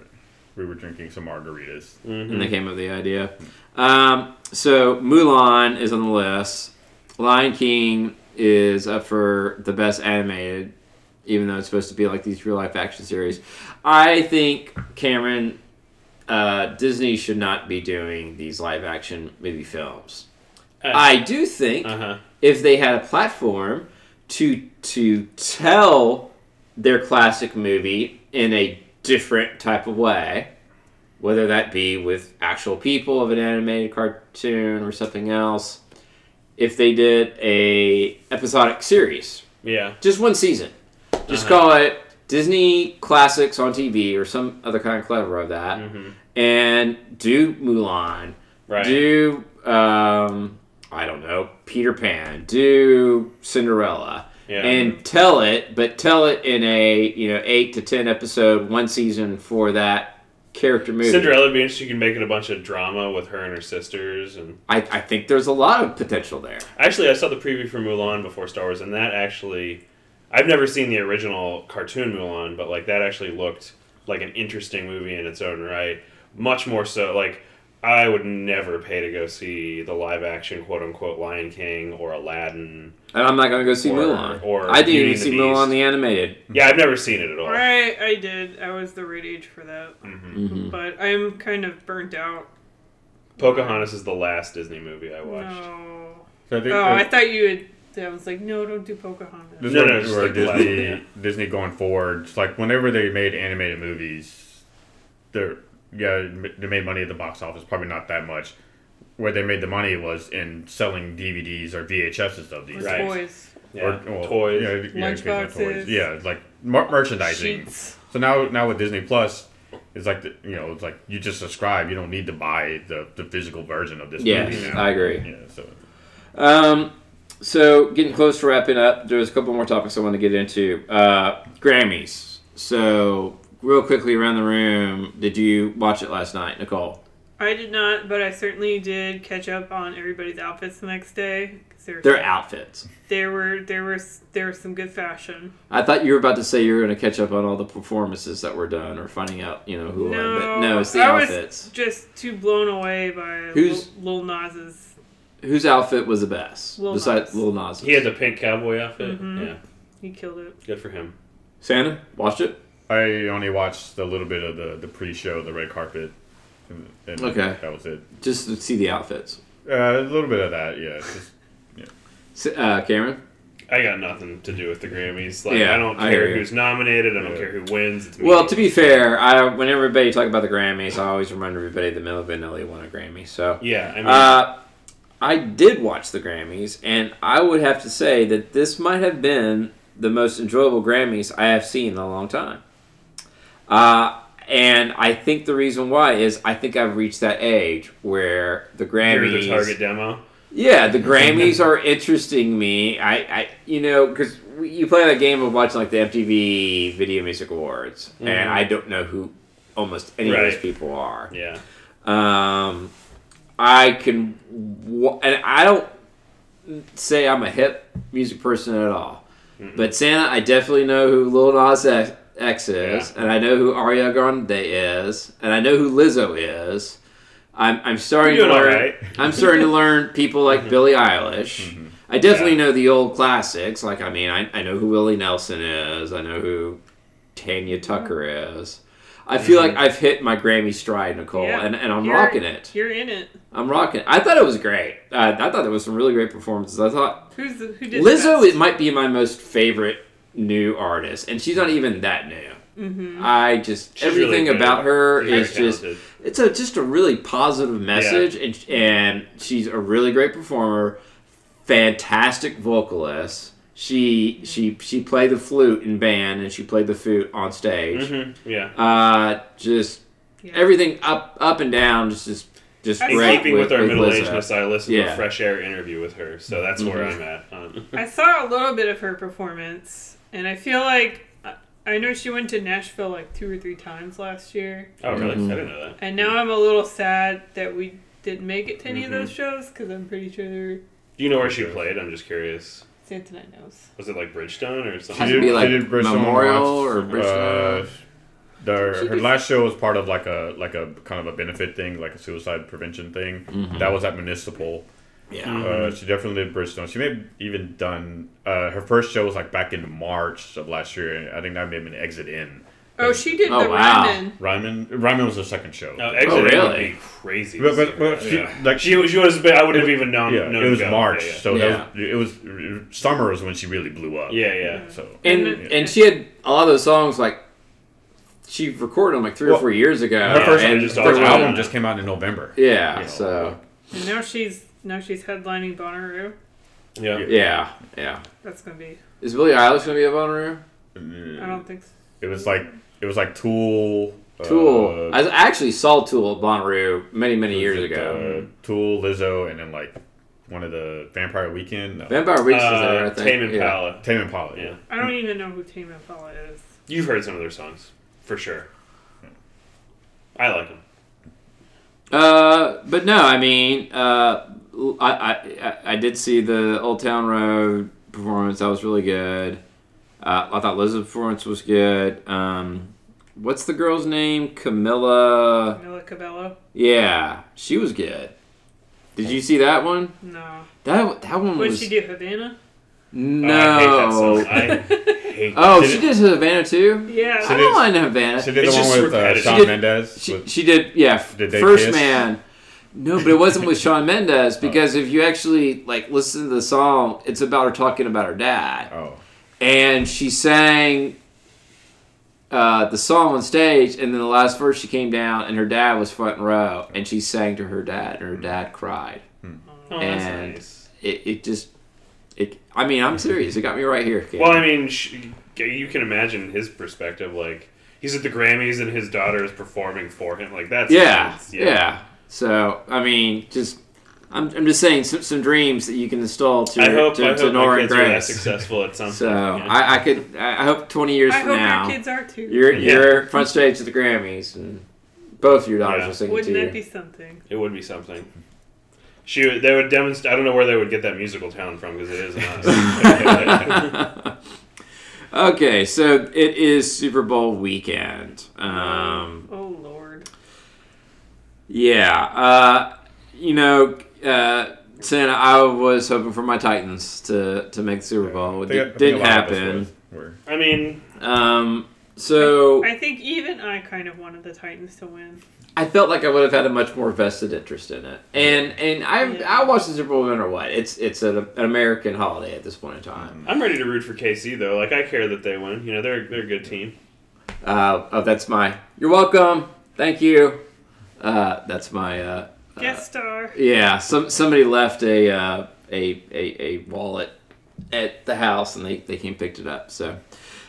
Speaker 5: We were drinking some margaritas.
Speaker 2: And they came up with the idea. Um, so Mulan is on the list. Lion King is up for the best animated, even though it's supposed to be like these real life action series. I think Cameron uh, Disney should not be doing these live action movie films. I
Speaker 4: (laughs)
Speaker 2: do think
Speaker 4: Uh huh.
Speaker 2: if they had a platform to to tell their classic movie in a different type of way, whether that be with actual people of an animated cartoon or something else, if they did a episodic series,
Speaker 4: Yeah.
Speaker 2: just one season, just
Speaker 4: Uh-huh.
Speaker 2: call it Disney Classics on TV or some other kind of clever of that,
Speaker 4: Mm-hmm.
Speaker 2: and do Mulan
Speaker 4: Right.
Speaker 2: do um, I don't know Peter Pan, do Cinderella,
Speaker 4: yeah.
Speaker 2: and tell it, but tell it in a you know eight to ten episode one season for that character movie.
Speaker 4: Cinderella would be interesting. You can make it a bunch of drama with her and her sisters, and
Speaker 2: I, I think there's a lot of potential there.
Speaker 4: actually, I saw the preview for Mulan before Star Wars, and that actually, I've never seen the original cartoon Mulan, but like that actually looked like an interesting movie in its own right. Much more so, like I would never pay to go see the live action quote unquote Lion King or Aladdin.
Speaker 2: And I'm not gonna go see
Speaker 4: Or-
Speaker 2: Mulan.
Speaker 4: or
Speaker 2: I didn't
Speaker 4: Beauty
Speaker 2: even
Speaker 4: and the
Speaker 2: see Mulan
Speaker 4: Beast.
Speaker 2: the animated.
Speaker 4: Yeah, I've never seen it at all.
Speaker 3: I I did. I was the right age for that,
Speaker 2: Mm-hmm.
Speaker 3: but I'm kind of burnt out.
Speaker 4: Pocahontas is the last Disney movie I watched.
Speaker 3: No.
Speaker 5: So I think
Speaker 3: Oh,
Speaker 5: that-
Speaker 3: I thought you would. I was like, no, don't do Pocahontas.
Speaker 5: This
Speaker 4: No,
Speaker 5: is
Speaker 4: no,
Speaker 5: where-
Speaker 4: just
Speaker 5: where
Speaker 4: like the
Speaker 5: Disney,
Speaker 4: last-
Speaker 5: Disney going forward, it's like whenever they made animated movies, they're yeah they made money at the box office, probably not that much. Where they made the money was in selling DVDs or VHSs of these,
Speaker 3: With
Speaker 4: Right.
Speaker 3: toys,
Speaker 4: Yeah.
Speaker 5: Or well,
Speaker 4: toys.
Speaker 5: yeah, yeah, things like
Speaker 3: Lunchboxes.
Speaker 5: toys. yeah, like mer- merchandising.
Speaker 3: sheets.
Speaker 5: So now, now with Disney Plus, it's like the, you know, it's like you just subscribe. You don't need to buy the, the physical version of this
Speaker 2: Yes,
Speaker 5: movie. Now.
Speaker 2: I agree.
Speaker 5: Yeah, so
Speaker 2: Um, so getting close to wrapping up, there's a couple more topics I want to get into. Uh, Grammys. So real quickly around the room, did you watch it last night, Nicole?
Speaker 3: I did not, but I certainly did catch up on everybody's outfits the next day. 'cause There,
Speaker 2: Their outfits.
Speaker 3: there were there were s- there was some good fashion.
Speaker 2: I thought you were about to say you were going to catch up on all the performances that were done or finding out, you know, who won. But no, it's the
Speaker 3: I
Speaker 2: outfits.
Speaker 3: was just too blown away by
Speaker 2: Who's-
Speaker 3: Lil, Lil Nas's.
Speaker 2: Whose outfit was the best?
Speaker 3: Lil
Speaker 2: Besides
Speaker 3: Nas.
Speaker 2: Lil Nas.
Speaker 4: He had the pink cowboy outfit.
Speaker 3: Mhm.
Speaker 4: Yeah,
Speaker 3: He killed it.
Speaker 4: good for him.
Speaker 2: Santa watched it.
Speaker 5: I only watched a little bit of the, the pre-show, the red carpet. And, and
Speaker 2: Okay.
Speaker 5: that was it.
Speaker 2: Just to see the outfits.
Speaker 5: Uh, a little bit of that, yeah. it's just-
Speaker 2: S- Uh, Cameron.
Speaker 4: I got nothing to do with the Grammys. Like
Speaker 2: Yeah,
Speaker 4: I don't
Speaker 2: I
Speaker 4: care
Speaker 2: hear you.
Speaker 4: who's nominated. I don't
Speaker 5: Yeah.
Speaker 4: care who wins. It's me.
Speaker 2: Well, to be fair, I when everybody talk about the Grammys, I always remind everybody that Milo Vanilli won a Grammy. So
Speaker 4: yeah, I mean,
Speaker 2: Uh, I did watch the Grammys, and I would have to say that this might have been the most enjoyable Grammys I have seen in a long time. Uh, and I think the reason why is I think I've reached that age where the
Speaker 4: you're
Speaker 2: Grammys,
Speaker 4: the target demo.
Speaker 2: yeah, the Grammys are interesting me. I, I you know, because you play that game of watching like the MTV Video Music Awards, and
Speaker 4: Mhm.
Speaker 2: I don't know who almost any of those
Speaker 4: Right.
Speaker 2: people are.
Speaker 4: Yeah,
Speaker 2: Um, I can, wa- and I don't say I'm a hip music person at all, but Santa, I definitely know who Lil Nas X X is, and I know who Ariana Grande is, and I know who Lizzo is. I'm, I'm starting
Speaker 4: You're
Speaker 2: to
Speaker 4: doing
Speaker 2: learn.
Speaker 4: alright.
Speaker 2: (laughs)
Speaker 4: Mm-hmm.
Speaker 2: I'm starting to learn people like Billie Eilish. I definitely
Speaker 4: Yeah.
Speaker 2: know the old classics. Like I mean, I, I know who Willie Nelson is. I know who Tanya Tucker is. I feel
Speaker 4: Mm-hmm.
Speaker 2: like I've hit my Grammy stride, Nicole,
Speaker 3: Yeah.
Speaker 2: Oh, and, and I'm
Speaker 3: You're-
Speaker 2: rocking it.
Speaker 3: You're in it.
Speaker 2: I'm rocking. it. I thought it was great. Uh, I thought there was some really great performances. I thought
Speaker 3: Who's the, who did
Speaker 2: Lizzo
Speaker 3: The
Speaker 2: it might be my most favorite new artist, and she's not even that new.
Speaker 3: mm-hmm.
Speaker 2: I just
Speaker 4: She's really
Speaker 2: everything
Speaker 4: good.
Speaker 2: about her
Speaker 4: She's very
Speaker 2: is just
Speaker 4: talented.
Speaker 2: it's a just a really positive message, and and she's a really great performer, fantastic vocalist. She she she played the flute in band, and she played the flute on stage.
Speaker 4: Mhm, yeah.
Speaker 2: Uh, just
Speaker 3: Yeah.
Speaker 2: everything up up and down, just just just
Speaker 3: I
Speaker 4: In
Speaker 2: great
Speaker 4: keeping with, our middle
Speaker 2: Lizzo.
Speaker 4: agedness, I listened to
Speaker 2: Yeah.
Speaker 4: a fresh air interview with her, so that's where
Speaker 2: Mhm.
Speaker 4: I'm at. On.
Speaker 3: I saw a little bit of her performance, and I feel like I- I know she went to Nashville like two or three times last year,
Speaker 4: Oh, really?
Speaker 2: Mhm.
Speaker 4: I didn't know that.
Speaker 3: and now I'm a little sad that we didn't make it to any
Speaker 4: Mhm.
Speaker 3: of those
Speaker 2: Mm-hmm.
Speaker 3: shows because I'm pretty sure they're
Speaker 4: Do you know where she played? I'm just curious.
Speaker 3: Santonite knows.
Speaker 4: Was it like Bridgestone or
Speaker 2: Has
Speaker 5: She
Speaker 2: to
Speaker 5: did,
Speaker 2: be
Speaker 4: something?
Speaker 2: like
Speaker 5: she did Bristol
Speaker 2: Memorial
Speaker 5: once,
Speaker 2: or Bristol.
Speaker 5: Uh, the,
Speaker 3: She
Speaker 5: her
Speaker 3: did-
Speaker 5: last show was part of like a like a kind of a benefit thing, like a suicide prevention thing.
Speaker 2: Mm-hmm.
Speaker 5: That was at Municipal.
Speaker 2: Yeah.
Speaker 4: Mm-hmm.
Speaker 5: Uh, she definitely did Bristol. She may have even done uh, her first show was like back in March of last year. and I think that may have been Exit In.
Speaker 3: Oh, she did
Speaker 2: Oh,
Speaker 3: the
Speaker 2: wow.
Speaker 3: Ryman.
Speaker 5: Ryman. Ryman was her second show.
Speaker 4: No, Exit
Speaker 2: Oh,
Speaker 4: would
Speaker 2: really?
Speaker 4: be crazy. to
Speaker 5: But- but-
Speaker 4: see
Speaker 5: but
Speaker 4: that.
Speaker 5: she-
Speaker 4: Yeah.
Speaker 5: like-
Speaker 4: she, she was. I would have even known.
Speaker 5: yeah,
Speaker 4: known
Speaker 5: it was
Speaker 4: about
Speaker 5: March,
Speaker 4: Um, Yeah, yeah.
Speaker 5: so that was, it was summer is when she really blew up.
Speaker 4: Yeah, yeah.
Speaker 5: So
Speaker 2: and
Speaker 3: And-
Speaker 2: and she had a lot of those songs like she recorded them like three
Speaker 5: Well,
Speaker 2: or four years ago.
Speaker 5: her first,
Speaker 2: and
Speaker 4: just
Speaker 2: there
Speaker 5: first
Speaker 2: was-
Speaker 5: album just came out in November.
Speaker 2: yeah,
Speaker 5: Yeah.
Speaker 2: So
Speaker 3: And now she's now she's headlining Bonnaroo.
Speaker 4: Yeah.
Speaker 2: yeah, yeah.
Speaker 3: That's gonna be.
Speaker 2: Is Billie Eilish gonna be up on room?
Speaker 3: I don't think. So.
Speaker 5: It was like it was like Tool.
Speaker 2: Tool.
Speaker 5: uh,
Speaker 2: I actually saw Tool at Bonnaroo many many years
Speaker 5: was it,
Speaker 2: ago.
Speaker 5: uh, Tool, Lizzo, and then like one of the Vampire Weekend, no,
Speaker 2: Vampire Weeks was there, I
Speaker 4: Uh,
Speaker 2: think.
Speaker 4: Tame
Speaker 2: yeah.
Speaker 4: Impala.
Speaker 5: Tame Impala.
Speaker 4: Yeah.
Speaker 3: I don't even know who Tame Impala is.
Speaker 4: You've heard some of their songs for sure. I like them.
Speaker 2: Uh, but no, I mean, uh, I, I I- I did see the Old Town Road performance. That was really good. Uh, I thought Liz's performance was good. Um, what's the girl's name? Camilla.
Speaker 3: Camila Cabello?
Speaker 2: Yeah, she was good. Did you see that one?
Speaker 3: No.
Speaker 2: That that one
Speaker 3: What did
Speaker 2: was
Speaker 3: she do? Havana? (laughs)
Speaker 2: no.
Speaker 4: Oh, I hate that song. I
Speaker 2: (laughs)
Speaker 4: hate.
Speaker 2: oh,
Speaker 5: Did
Speaker 2: she
Speaker 5: it-
Speaker 2: did Havana too.
Speaker 3: Yeah.
Speaker 5: So
Speaker 2: I
Speaker 5: did-
Speaker 2: don't mind Havana.
Speaker 5: She did
Speaker 4: It's
Speaker 5: the one
Speaker 4: just
Speaker 5: with uh,
Speaker 4: repetitive.
Speaker 5: Sean
Speaker 2: She did-
Speaker 5: Mendes.
Speaker 2: She,
Speaker 5: with-
Speaker 2: she did, yeah. f-
Speaker 5: Did they
Speaker 2: first
Speaker 5: kiss?
Speaker 2: man. No, but it wasn't with Sean
Speaker 5: (laughs) Oh.
Speaker 2: Mendes because if you actually like listen to the song, it's about her talking about her dad,
Speaker 5: oh,
Speaker 2: and she sang uh, the song on stage, and then the last verse she came down, and her dad was front row, and she sang to her dad,
Speaker 5: Mm.
Speaker 2: and her dad cried.
Speaker 4: oh, that's
Speaker 2: and-
Speaker 4: nice.
Speaker 2: It, it just, it. I mean, I'm serious. It got me right here. Kate.
Speaker 4: Well, I mean, she, you can imagine his perspective. Like he's at the Grammys and his daughter is performing for him. Like that's
Speaker 2: yeah,
Speaker 4: that's-
Speaker 2: yeah, So I mean, just. I'm, I'm just saying some, some dreams that you can install to
Speaker 4: I hope
Speaker 2: to,
Speaker 4: I
Speaker 2: to
Speaker 4: hope
Speaker 2: Nora
Speaker 4: my
Speaker 2: and
Speaker 4: kids are that
Speaker 2: Grace.
Speaker 4: successful at something.
Speaker 2: (laughs) So
Speaker 4: yeah.
Speaker 2: I, I could. I I hope twenty years
Speaker 3: I
Speaker 2: from
Speaker 3: hope
Speaker 2: now,
Speaker 3: your kids are too.
Speaker 2: you're
Speaker 4: Yeah.
Speaker 2: you're front stage at the Grammys, and both of your daughters
Speaker 4: Yeah.
Speaker 2: will sing to
Speaker 3: Wouldn't
Speaker 2: you.
Speaker 4: (laughs)
Speaker 3: that be something?
Speaker 4: It would be something. She would- they would demonstrate. I don't know where they would get that musical talent from because it is
Speaker 2: (laughs)
Speaker 4: not.
Speaker 2: (laughs) okay, so it is Super Bowl weekend. Um,
Speaker 3: oh Lord.
Speaker 2: yeah, uh, you know, uh, Santa, I was hoping for my Titans to to make the Super Bowl. It
Speaker 5: I think- I
Speaker 2: di-
Speaker 5: think a
Speaker 2: didn't
Speaker 5: lot of us
Speaker 2: happen.
Speaker 5: were- were-
Speaker 4: (laughs) I mean,
Speaker 2: Um, so
Speaker 3: I think even I kind of wanted the Titans to win.
Speaker 2: I felt like I would have had a much more vested interest in it. And and I
Speaker 3: Yeah.
Speaker 2: I watch the Super Bowl no matter what. It's it's an, an American holiday at this point in
Speaker 5: um,
Speaker 2: time.
Speaker 4: I'm ready to root for KC though. Like I care that they win. You know, they're they're a good team.
Speaker 5: Mm-hmm.
Speaker 2: Uh, oh, that's my. You're welcome. Thank you. Uh, that's my. Uh,
Speaker 3: Guest
Speaker 2: (laughs)
Speaker 3: star.
Speaker 2: yeah. Some somebody left a, uh, a a a wallet at the house, and they they came and picked it up. So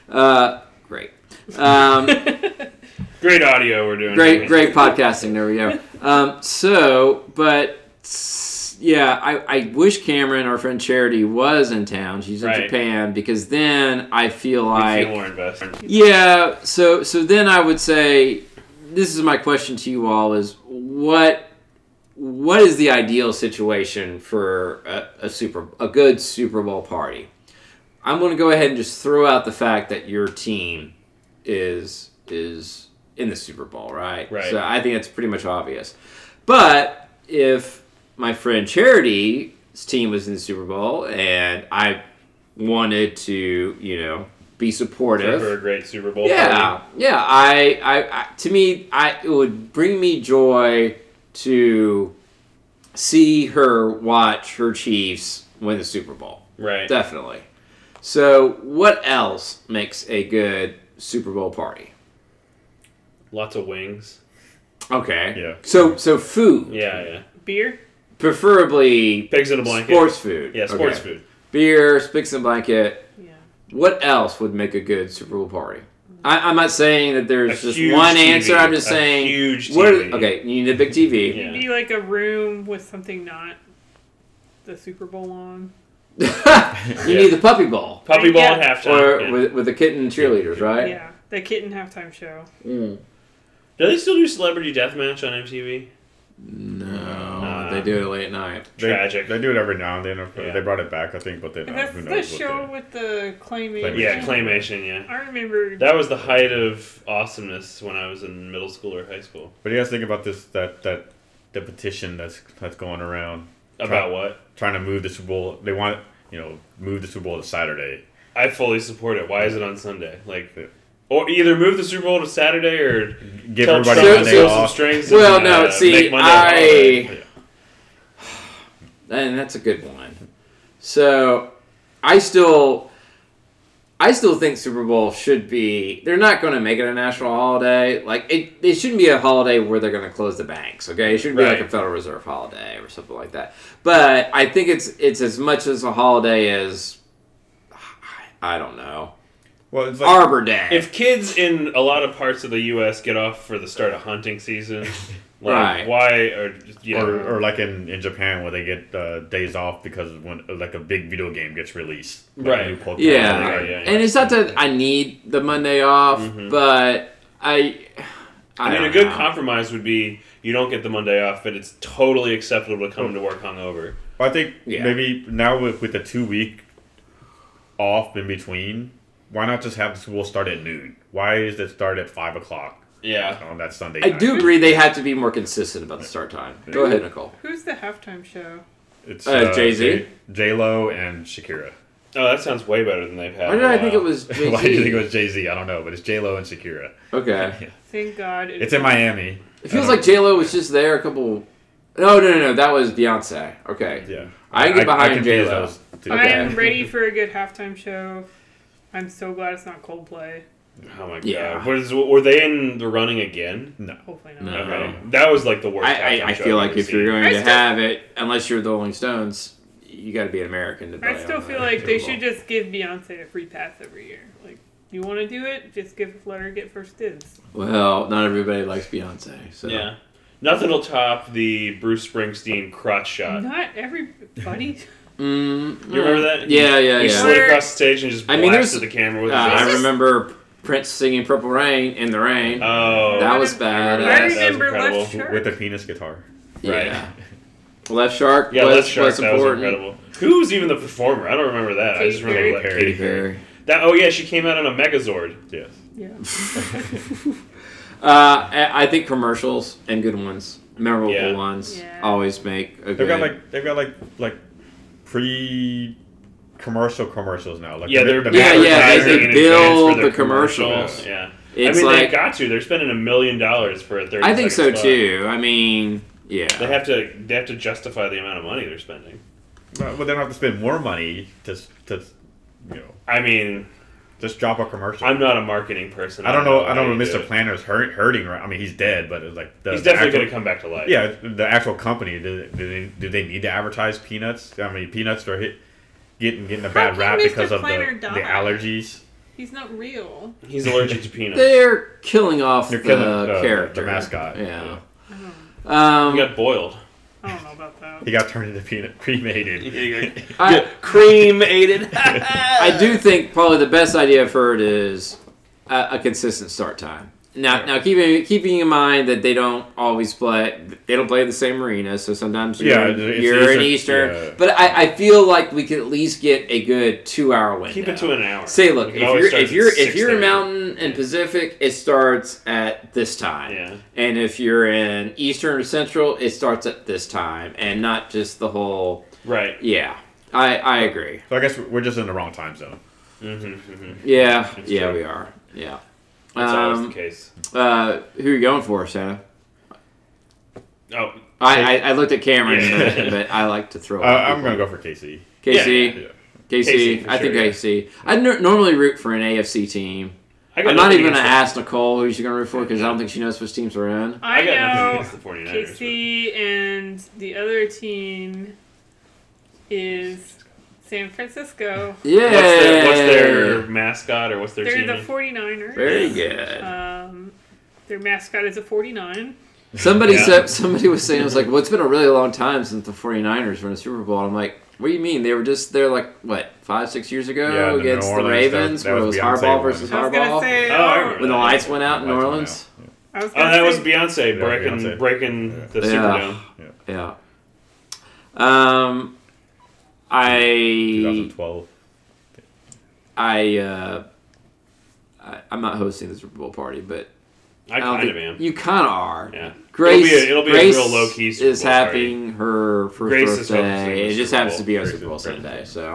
Speaker 2: uh, great. Um,
Speaker 3: (laughs)
Speaker 4: Great audio we're doing.
Speaker 2: great
Speaker 4: here.
Speaker 2: great podcasting there we go um, so but s- yeah I, I wish cameron our friend charity was in town she's in
Speaker 4: Right.
Speaker 2: japan because then i feel
Speaker 4: I
Speaker 2: like
Speaker 4: feel more invested.
Speaker 2: yeah so so then i would say this is my question to you all is what what is the ideal situation for a, a super a good super bowl party i'm going to go ahead and just throw out the fact that your team is is in the super bowl right
Speaker 4: Right.
Speaker 2: so i think it's pretty much obvious but if my friend charity's team was in the super bowl and i wanted to you know be supportive
Speaker 4: For a great Super Bowl.
Speaker 2: yeah, yeah. I, I, I, to me, I it would bring me joy to see her watch her Chiefs win the Super Bowl.
Speaker 4: Party. Right.
Speaker 2: Definitely. So, what else makes a good Super Bowl party?
Speaker 4: Lots of wings.
Speaker 2: Okay.
Speaker 5: Yeah.
Speaker 2: So, so food,
Speaker 4: Yeah, yeah.
Speaker 3: Beer?
Speaker 2: preferably
Speaker 4: Pigs in a blanket.
Speaker 2: sports food.
Speaker 4: Yeah, sports
Speaker 2: Okay.
Speaker 4: food.
Speaker 2: Beer, sticks and blanket.
Speaker 3: Yeah.
Speaker 2: What else would make a good Super Bowl party? I, I'm not saying that there's
Speaker 4: A
Speaker 2: just
Speaker 4: huge
Speaker 2: one
Speaker 4: TV.
Speaker 2: answer. I'm just
Speaker 4: A
Speaker 2: saying
Speaker 4: huge
Speaker 2: what are-
Speaker 4: TV.
Speaker 2: okay, you need a big TV.
Speaker 4: Yeah.
Speaker 3: It'd be like a room with something not the Super Bowl on.
Speaker 2: (laughs) you
Speaker 4: Yeah.
Speaker 2: need the puppy ball
Speaker 4: Puppy ball
Speaker 3: Yeah.
Speaker 4: at halftime.
Speaker 2: or
Speaker 4: yeah.
Speaker 2: with, with the kitten cheerleaders, right?
Speaker 3: Yeah. The kitten halftime show.
Speaker 2: Mm.
Speaker 4: Do they still do Celebrity Deathmatch on MTV?
Speaker 2: No,
Speaker 4: Nah.
Speaker 2: they do it late at night.
Speaker 5: They,
Speaker 4: Tragic.
Speaker 5: They do it every now and then.
Speaker 4: Yeah.
Speaker 5: They brought it back, I think, but then uh,
Speaker 3: That's
Speaker 5: who
Speaker 3: the
Speaker 5: knows? what
Speaker 3: show
Speaker 5: they-
Speaker 3: with the claymation.
Speaker 5: Claymation.
Speaker 4: Yeah, claymation. Yeah.
Speaker 3: I remember
Speaker 4: That was the height of awesomeness when I was in middle school or high school.
Speaker 5: But you guys think about this that that the petition that's that's going around
Speaker 4: About what?
Speaker 5: trying to move the Super Bowl. They want you know move the Super Bowl to Saturday.
Speaker 4: I fully support it. Why is it on Sunday? Like, Or either move the Super Bowl to Saturday or
Speaker 5: Give
Speaker 4: tell
Speaker 5: everybody
Speaker 4: Trump
Speaker 2: Monday
Speaker 4: to pull
Speaker 5: off.
Speaker 4: some strings.
Speaker 2: Well,
Speaker 4: and,
Speaker 2: no,
Speaker 4: uh,
Speaker 2: see,
Speaker 4: make Monday
Speaker 2: I-
Speaker 4: holiday.
Speaker 2: and that's a good one. So, I still, I still think Super Bowl should be. They're not going to make it a national holiday. Like it, it shouldn't be a holiday where they're going to close the banks. Okay, it shouldn't be like a
Speaker 4: Right.
Speaker 2: Federal Reserve holiday or something like that. But I think it's it's as much as a holiday as I don't know
Speaker 5: Well, it's like
Speaker 2: Arbor Day.
Speaker 4: If kids in a lot of parts of the U.S. get off for the start of hunting
Speaker 2: (laughs)
Speaker 4: season, like
Speaker 2: Right.
Speaker 4: why are you know,
Speaker 5: or, or like in, in Japan where they get uh, days off because when like a big video game gets released, like a
Speaker 4: Right.
Speaker 5: new Pokemon,
Speaker 2: Yeah.
Speaker 5: like,
Speaker 4: Yeah, yeah.
Speaker 2: And it's not that I need the Monday off, but I. I,
Speaker 4: I mean,
Speaker 2: don't
Speaker 4: a good
Speaker 2: know.
Speaker 4: compromise would be you don't get the Monday off, but it's totally acceptable to come to work hungover.
Speaker 5: I think
Speaker 2: Yeah.
Speaker 5: maybe now with, with the two week off in between, why not just have the school start at noon? Why is it start at five o'clock
Speaker 4: Yeah.
Speaker 5: on that Sunday?
Speaker 2: I
Speaker 5: night?
Speaker 2: do agree they have to be more consistent about the start time. Go ahead, Nicole.
Speaker 3: Who's the halftime show?
Speaker 5: It's
Speaker 2: Uh, Jay-Z?
Speaker 5: J Lo, and Shakira.
Speaker 4: Oh, that sounds way better than they've had.
Speaker 2: Why did
Speaker 4: in a
Speaker 2: I think it
Speaker 4: while. (laughs)
Speaker 2: was
Speaker 5: (laughs) Why do you
Speaker 2: Jay Z?
Speaker 5: think it was Jay Z? I don't know, but it's J Lo and Shakira.
Speaker 2: Okay,
Speaker 3: Thank God.
Speaker 5: (laughs) It's in Miami. Um,
Speaker 2: it feels like J Lo was just there a couple. No, no, no, no. That was Beyonce. Okay,
Speaker 5: Yeah,
Speaker 2: I can get behind
Speaker 5: confused
Speaker 2: J-Lo.
Speaker 5: those two.
Speaker 2: Okay.
Speaker 5: (laughs)
Speaker 3: I'm ready for a good halftime show. I'm so glad it's not Coldplay.
Speaker 4: Oh my god.
Speaker 2: Yeah.
Speaker 4: Was, were they in the running again?
Speaker 3: Hopefully not.
Speaker 2: No.
Speaker 4: Okay. That was like the worst.
Speaker 2: I,
Speaker 4: halftime
Speaker 2: I, I
Speaker 4: show
Speaker 2: feel
Speaker 4: I've
Speaker 2: like
Speaker 4: ever
Speaker 2: if you're
Speaker 4: seen.
Speaker 2: going
Speaker 3: I
Speaker 2: to
Speaker 3: still-
Speaker 2: have it, unless you're the Rolling Stones, you got to be an American to. play
Speaker 3: I
Speaker 2: on
Speaker 3: still
Speaker 2: the
Speaker 3: feel like
Speaker 2: Super
Speaker 3: they
Speaker 2: Bowl.
Speaker 3: should just give Beyonce a free pass every year. Like, you want to do it? Just give let her get first dibs.
Speaker 2: Well, not everybody likes Beyonce, so
Speaker 4: Yeah. Nothing will top the Bruce Springsteen crotch shot.
Speaker 3: Not everybody.
Speaker 2: Mm,
Speaker 4: You remember that?
Speaker 2: Yeah, yeah,
Speaker 4: He
Speaker 2: yeah.
Speaker 4: slid across the stage and just
Speaker 2: I
Speaker 4: blasted
Speaker 2: mean,
Speaker 4: the camera with
Speaker 2: Uh, I
Speaker 4: his ass.
Speaker 2: remember Prince singing "Purple Rain" in the rain.
Speaker 4: Oh.
Speaker 2: that was
Speaker 4: I
Speaker 2: bad.
Speaker 4: remember that.
Speaker 3: I
Speaker 4: That was
Speaker 3: remember
Speaker 4: incredible.
Speaker 3: Left Shark.
Speaker 5: with the penis guitar.
Speaker 4: Right.
Speaker 2: Yeah. Left Shark
Speaker 4: yeah,
Speaker 2: was,
Speaker 4: Left Shark,
Speaker 2: was
Speaker 4: that was
Speaker 2: important.
Speaker 4: incredible. Who was even the performer? I don't remember that. I
Speaker 3: Katy
Speaker 4: just remember
Speaker 5: Perry.
Speaker 4: that.
Speaker 5: Katy
Speaker 4: Katy Perry. That, oh, yeah, she came out on a Megazord.
Speaker 5: Yes.
Speaker 3: yeah.
Speaker 2: Uh, I I think commercials and good ones, memorable
Speaker 4: Yeah.
Speaker 2: ones,
Speaker 3: Yeah.
Speaker 2: always make a
Speaker 5: They've
Speaker 2: good.
Speaker 5: got like they've got like like pre commercial commercials now. Like
Speaker 4: Yeah,
Speaker 5: the-
Speaker 4: they're
Speaker 5: the
Speaker 2: Yeah, yeah, they-
Speaker 5: advertising
Speaker 2: they
Speaker 5: in advance
Speaker 2: build
Speaker 5: for their
Speaker 2: the commercials.
Speaker 4: Yeah.
Speaker 2: it's
Speaker 4: I mean,
Speaker 2: like
Speaker 4: they got to. They're spending a million dollars for a 30
Speaker 2: I think so
Speaker 4: second spot.
Speaker 2: too. I mean, yeah.
Speaker 4: They uh, have to they have to justify the amount of money they're spending.
Speaker 5: Well, they don't have to spend more money to to you know
Speaker 4: I mean,
Speaker 5: just drop a commercial.
Speaker 4: I'm not a marketing person.
Speaker 5: I don't know. I
Speaker 4: how
Speaker 5: don't know.
Speaker 4: you
Speaker 5: If
Speaker 4: do
Speaker 5: Mr.
Speaker 4: it.
Speaker 5: Planner's hurt, hurting. Right? I mean, he's dead, but it's like the,
Speaker 4: He's
Speaker 5: the
Speaker 4: definitely
Speaker 5: actual-
Speaker 4: going to come back to life.
Speaker 5: Yeah, the actual company. Do, do they do they need to advertise peanuts? I mean, peanuts are hit, getting getting a bad
Speaker 3: can
Speaker 5: rap
Speaker 3: Mr.
Speaker 5: because of the,
Speaker 3: Planner
Speaker 5: the
Speaker 3: die?
Speaker 5: allergies.
Speaker 3: He's not real.
Speaker 4: He's allergic to peanuts.
Speaker 2: They're killing off
Speaker 5: They're
Speaker 2: the
Speaker 5: killing the- the
Speaker 2: character,
Speaker 5: mascot,
Speaker 2: Yeah.
Speaker 4: He
Speaker 2: Um,
Speaker 4: got boiled.
Speaker 3: I don't know
Speaker 4: (laughs)
Speaker 3: about that.
Speaker 5: He got turned into peanut (laughs) cremated.
Speaker 2: I,
Speaker 4: Cream aided.
Speaker 2: I do think probably the best idea for it is a, a consistent start time. Now, now keeping keeping in mind that they don't always play, they don't play the same arena. So sometimes you're,
Speaker 5: Yeah, it's-
Speaker 2: you're in
Speaker 5: it's-
Speaker 2: Eastern,
Speaker 5: yeah.
Speaker 2: but I, I feel like we could at least get a good two hour window.
Speaker 4: Keep it to an hour.
Speaker 2: Say, look,
Speaker 4: It
Speaker 2: if
Speaker 4: always
Speaker 2: you're
Speaker 4: starts
Speaker 2: if you're
Speaker 4: at
Speaker 2: if you're in
Speaker 4: 6:30.
Speaker 2: Mountain and Pacific, it starts at this time.
Speaker 4: Yeah.
Speaker 2: And if you're in Eastern or Central, it starts at this time, and not just the whole.
Speaker 4: Right.
Speaker 2: Yeah, I I agree.
Speaker 5: So I guess we're just in the wrong time zone.
Speaker 2: Yeah,
Speaker 4: It's
Speaker 2: yeah,
Speaker 4: true.
Speaker 2: we are. Yeah.
Speaker 4: Mm-hmm, That's always
Speaker 2: Um,
Speaker 4: the case.
Speaker 2: uh, who are you going for, Santa?
Speaker 4: Oh,
Speaker 2: I, I, I looked at Cameron,
Speaker 4: Yeah.
Speaker 2: but, but I like to throw.
Speaker 5: (laughs) Uh,
Speaker 2: out
Speaker 5: I'm
Speaker 2: people.
Speaker 5: gonna go for KC.
Speaker 2: KC,
Speaker 5: Yeah.
Speaker 2: KC.
Speaker 4: KC, for
Speaker 2: I think
Speaker 4: sure, yeah.
Speaker 2: KC. I n- normally root for an AFC team.
Speaker 4: I got
Speaker 2: I'm not
Speaker 4: nothing
Speaker 2: even gonna
Speaker 4: against
Speaker 2: ask Nicole who she's gonna root for because I don't think she knows which teams are in.
Speaker 4: The, I,
Speaker 3: I
Speaker 4: got nothing
Speaker 3: know
Speaker 4: against the 49ers.
Speaker 3: KC and the other team is
Speaker 4: (laughs)
Speaker 3: San Francisco.
Speaker 2: Yeah.
Speaker 4: but What's their, what's their mascot or what's their
Speaker 3: They're
Speaker 4: team?
Speaker 3: the
Speaker 4: name?
Speaker 3: 49ers.
Speaker 2: Very good.
Speaker 3: Um, their mascot is a 49.
Speaker 2: Somebody
Speaker 4: Yeah.
Speaker 2: said somebody was saying it was like, well, it's been a really long time since the 49ers were in the Super Bowl. I'm like, what do you mean? They were just there like what five, six years ago
Speaker 5: Yeah, the
Speaker 2: against
Speaker 5: New
Speaker 2: the
Speaker 5: Orleans,
Speaker 2: Ravens,
Speaker 5: that- that
Speaker 2: where it was
Speaker 5: was Beyonce
Speaker 2: Harbaugh
Speaker 5: one.
Speaker 2: versus
Speaker 3: I was going to
Speaker 2: Harbaugh.
Speaker 3: say.
Speaker 4: Oh, I remember
Speaker 2: When the lights went out in New
Speaker 5: Lights went
Speaker 2: Orleans?
Speaker 5: out.
Speaker 3: I was
Speaker 4: Oh,
Speaker 3: gonna
Speaker 4: that was
Speaker 3: say-
Speaker 4: Beyonce
Speaker 5: Yeah,
Speaker 4: breaking
Speaker 5: Beyonce.
Speaker 4: breaking
Speaker 5: Yeah.
Speaker 4: the
Speaker 2: Yeah.
Speaker 4: Superdome.
Speaker 2: Yeah. Um, I
Speaker 5: 2012.
Speaker 2: I, uh, I I'm not hosting the Super Bowl party, but
Speaker 4: I
Speaker 2: don't
Speaker 4: kind of
Speaker 2: think-
Speaker 4: am.
Speaker 2: You kind of are.
Speaker 4: Yeah.
Speaker 2: Grace,
Speaker 4: It'll be a- it'll be a
Speaker 2: Grace
Speaker 4: real low-key Super
Speaker 2: is
Speaker 4: Bowl party.
Speaker 2: having her first
Speaker 4: Grace is hosting
Speaker 2: birthday.
Speaker 4: the
Speaker 2: It just
Speaker 4: Super
Speaker 2: happens
Speaker 4: Bowl.
Speaker 2: to be on
Speaker 5: Grace
Speaker 2: Super
Speaker 5: is
Speaker 2: Bowl
Speaker 5: hosting.
Speaker 2: Sunday, so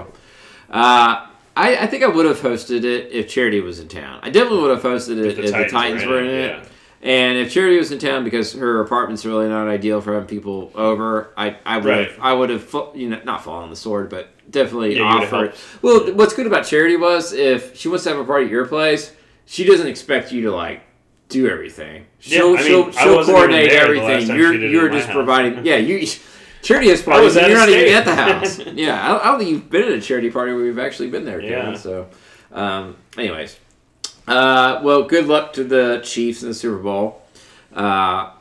Speaker 2: uh, I I, I think I would have hosted it if Charity was in town. I definitely would have hosted it if the Titans, were in it.
Speaker 4: yeah.
Speaker 2: And if Charity was in town because her apartment's really not ideal for having people over, I, I would
Speaker 4: Right.
Speaker 2: have, I would have fo- you know not fallen on the sword, but definitely
Speaker 4: Yeah, you would've
Speaker 2: offered.
Speaker 4: helped.
Speaker 2: Well, th- what's good about Charity was if she wants to have a party at your place, she doesn't expect you to like do everything.
Speaker 4: Yeah,
Speaker 2: She'll
Speaker 4: I mean,
Speaker 2: she'll,
Speaker 4: I wasn't
Speaker 2: she'll
Speaker 4: even
Speaker 2: coordinate
Speaker 4: there the last
Speaker 2: everything.
Speaker 4: time
Speaker 2: You're
Speaker 4: she did it
Speaker 2: you're
Speaker 4: at my
Speaker 2: just
Speaker 4: house.
Speaker 2: providing.
Speaker 4: (laughs)
Speaker 2: Yeah, you. Charity has parties.
Speaker 4: was
Speaker 2: and
Speaker 4: out
Speaker 2: You're
Speaker 4: of
Speaker 2: not even
Speaker 4: state.
Speaker 2: at the house. yeah, I don't, I don't think you've been at a charity party where we've actually been there. Karen,
Speaker 4: Yeah.
Speaker 2: So, um, anyways. Uh, well, good luck to the Chiefs in the Super Bowl. Uh, I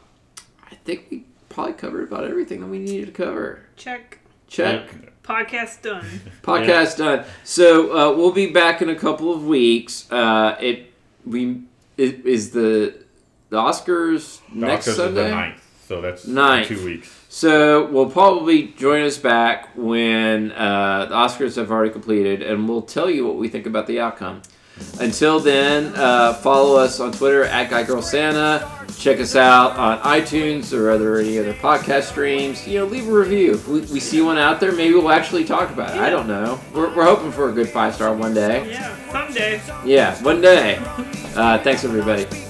Speaker 2: think we probably covered about everything that we needed to cover.
Speaker 3: Check.
Speaker 2: Check.
Speaker 3: Podcast done.
Speaker 2: Podcast done. So uh, we'll be back in a couple of weeks. Uh, it we it, is the the Oscars
Speaker 5: The
Speaker 2: next
Speaker 5: Oscars is
Speaker 2: Sunday.
Speaker 5: the ninth, so that's in
Speaker 2: Ninth.
Speaker 5: two weeks.
Speaker 2: So we'll probably join us back when uh, the Oscars have already completed, and we'll tell you what we think about the outcome. Until then, uh, follow us on Twitter at GuyGirlSanta. Check us out on iTunes or other any other podcast streams. You know, leave a review. If we, we see one out there, maybe we'll actually talk about it. I don't know. We're, we're hoping for a good five star one day.
Speaker 3: Yeah, someday.
Speaker 2: Yeah, one day. Uh, thanks, everybody.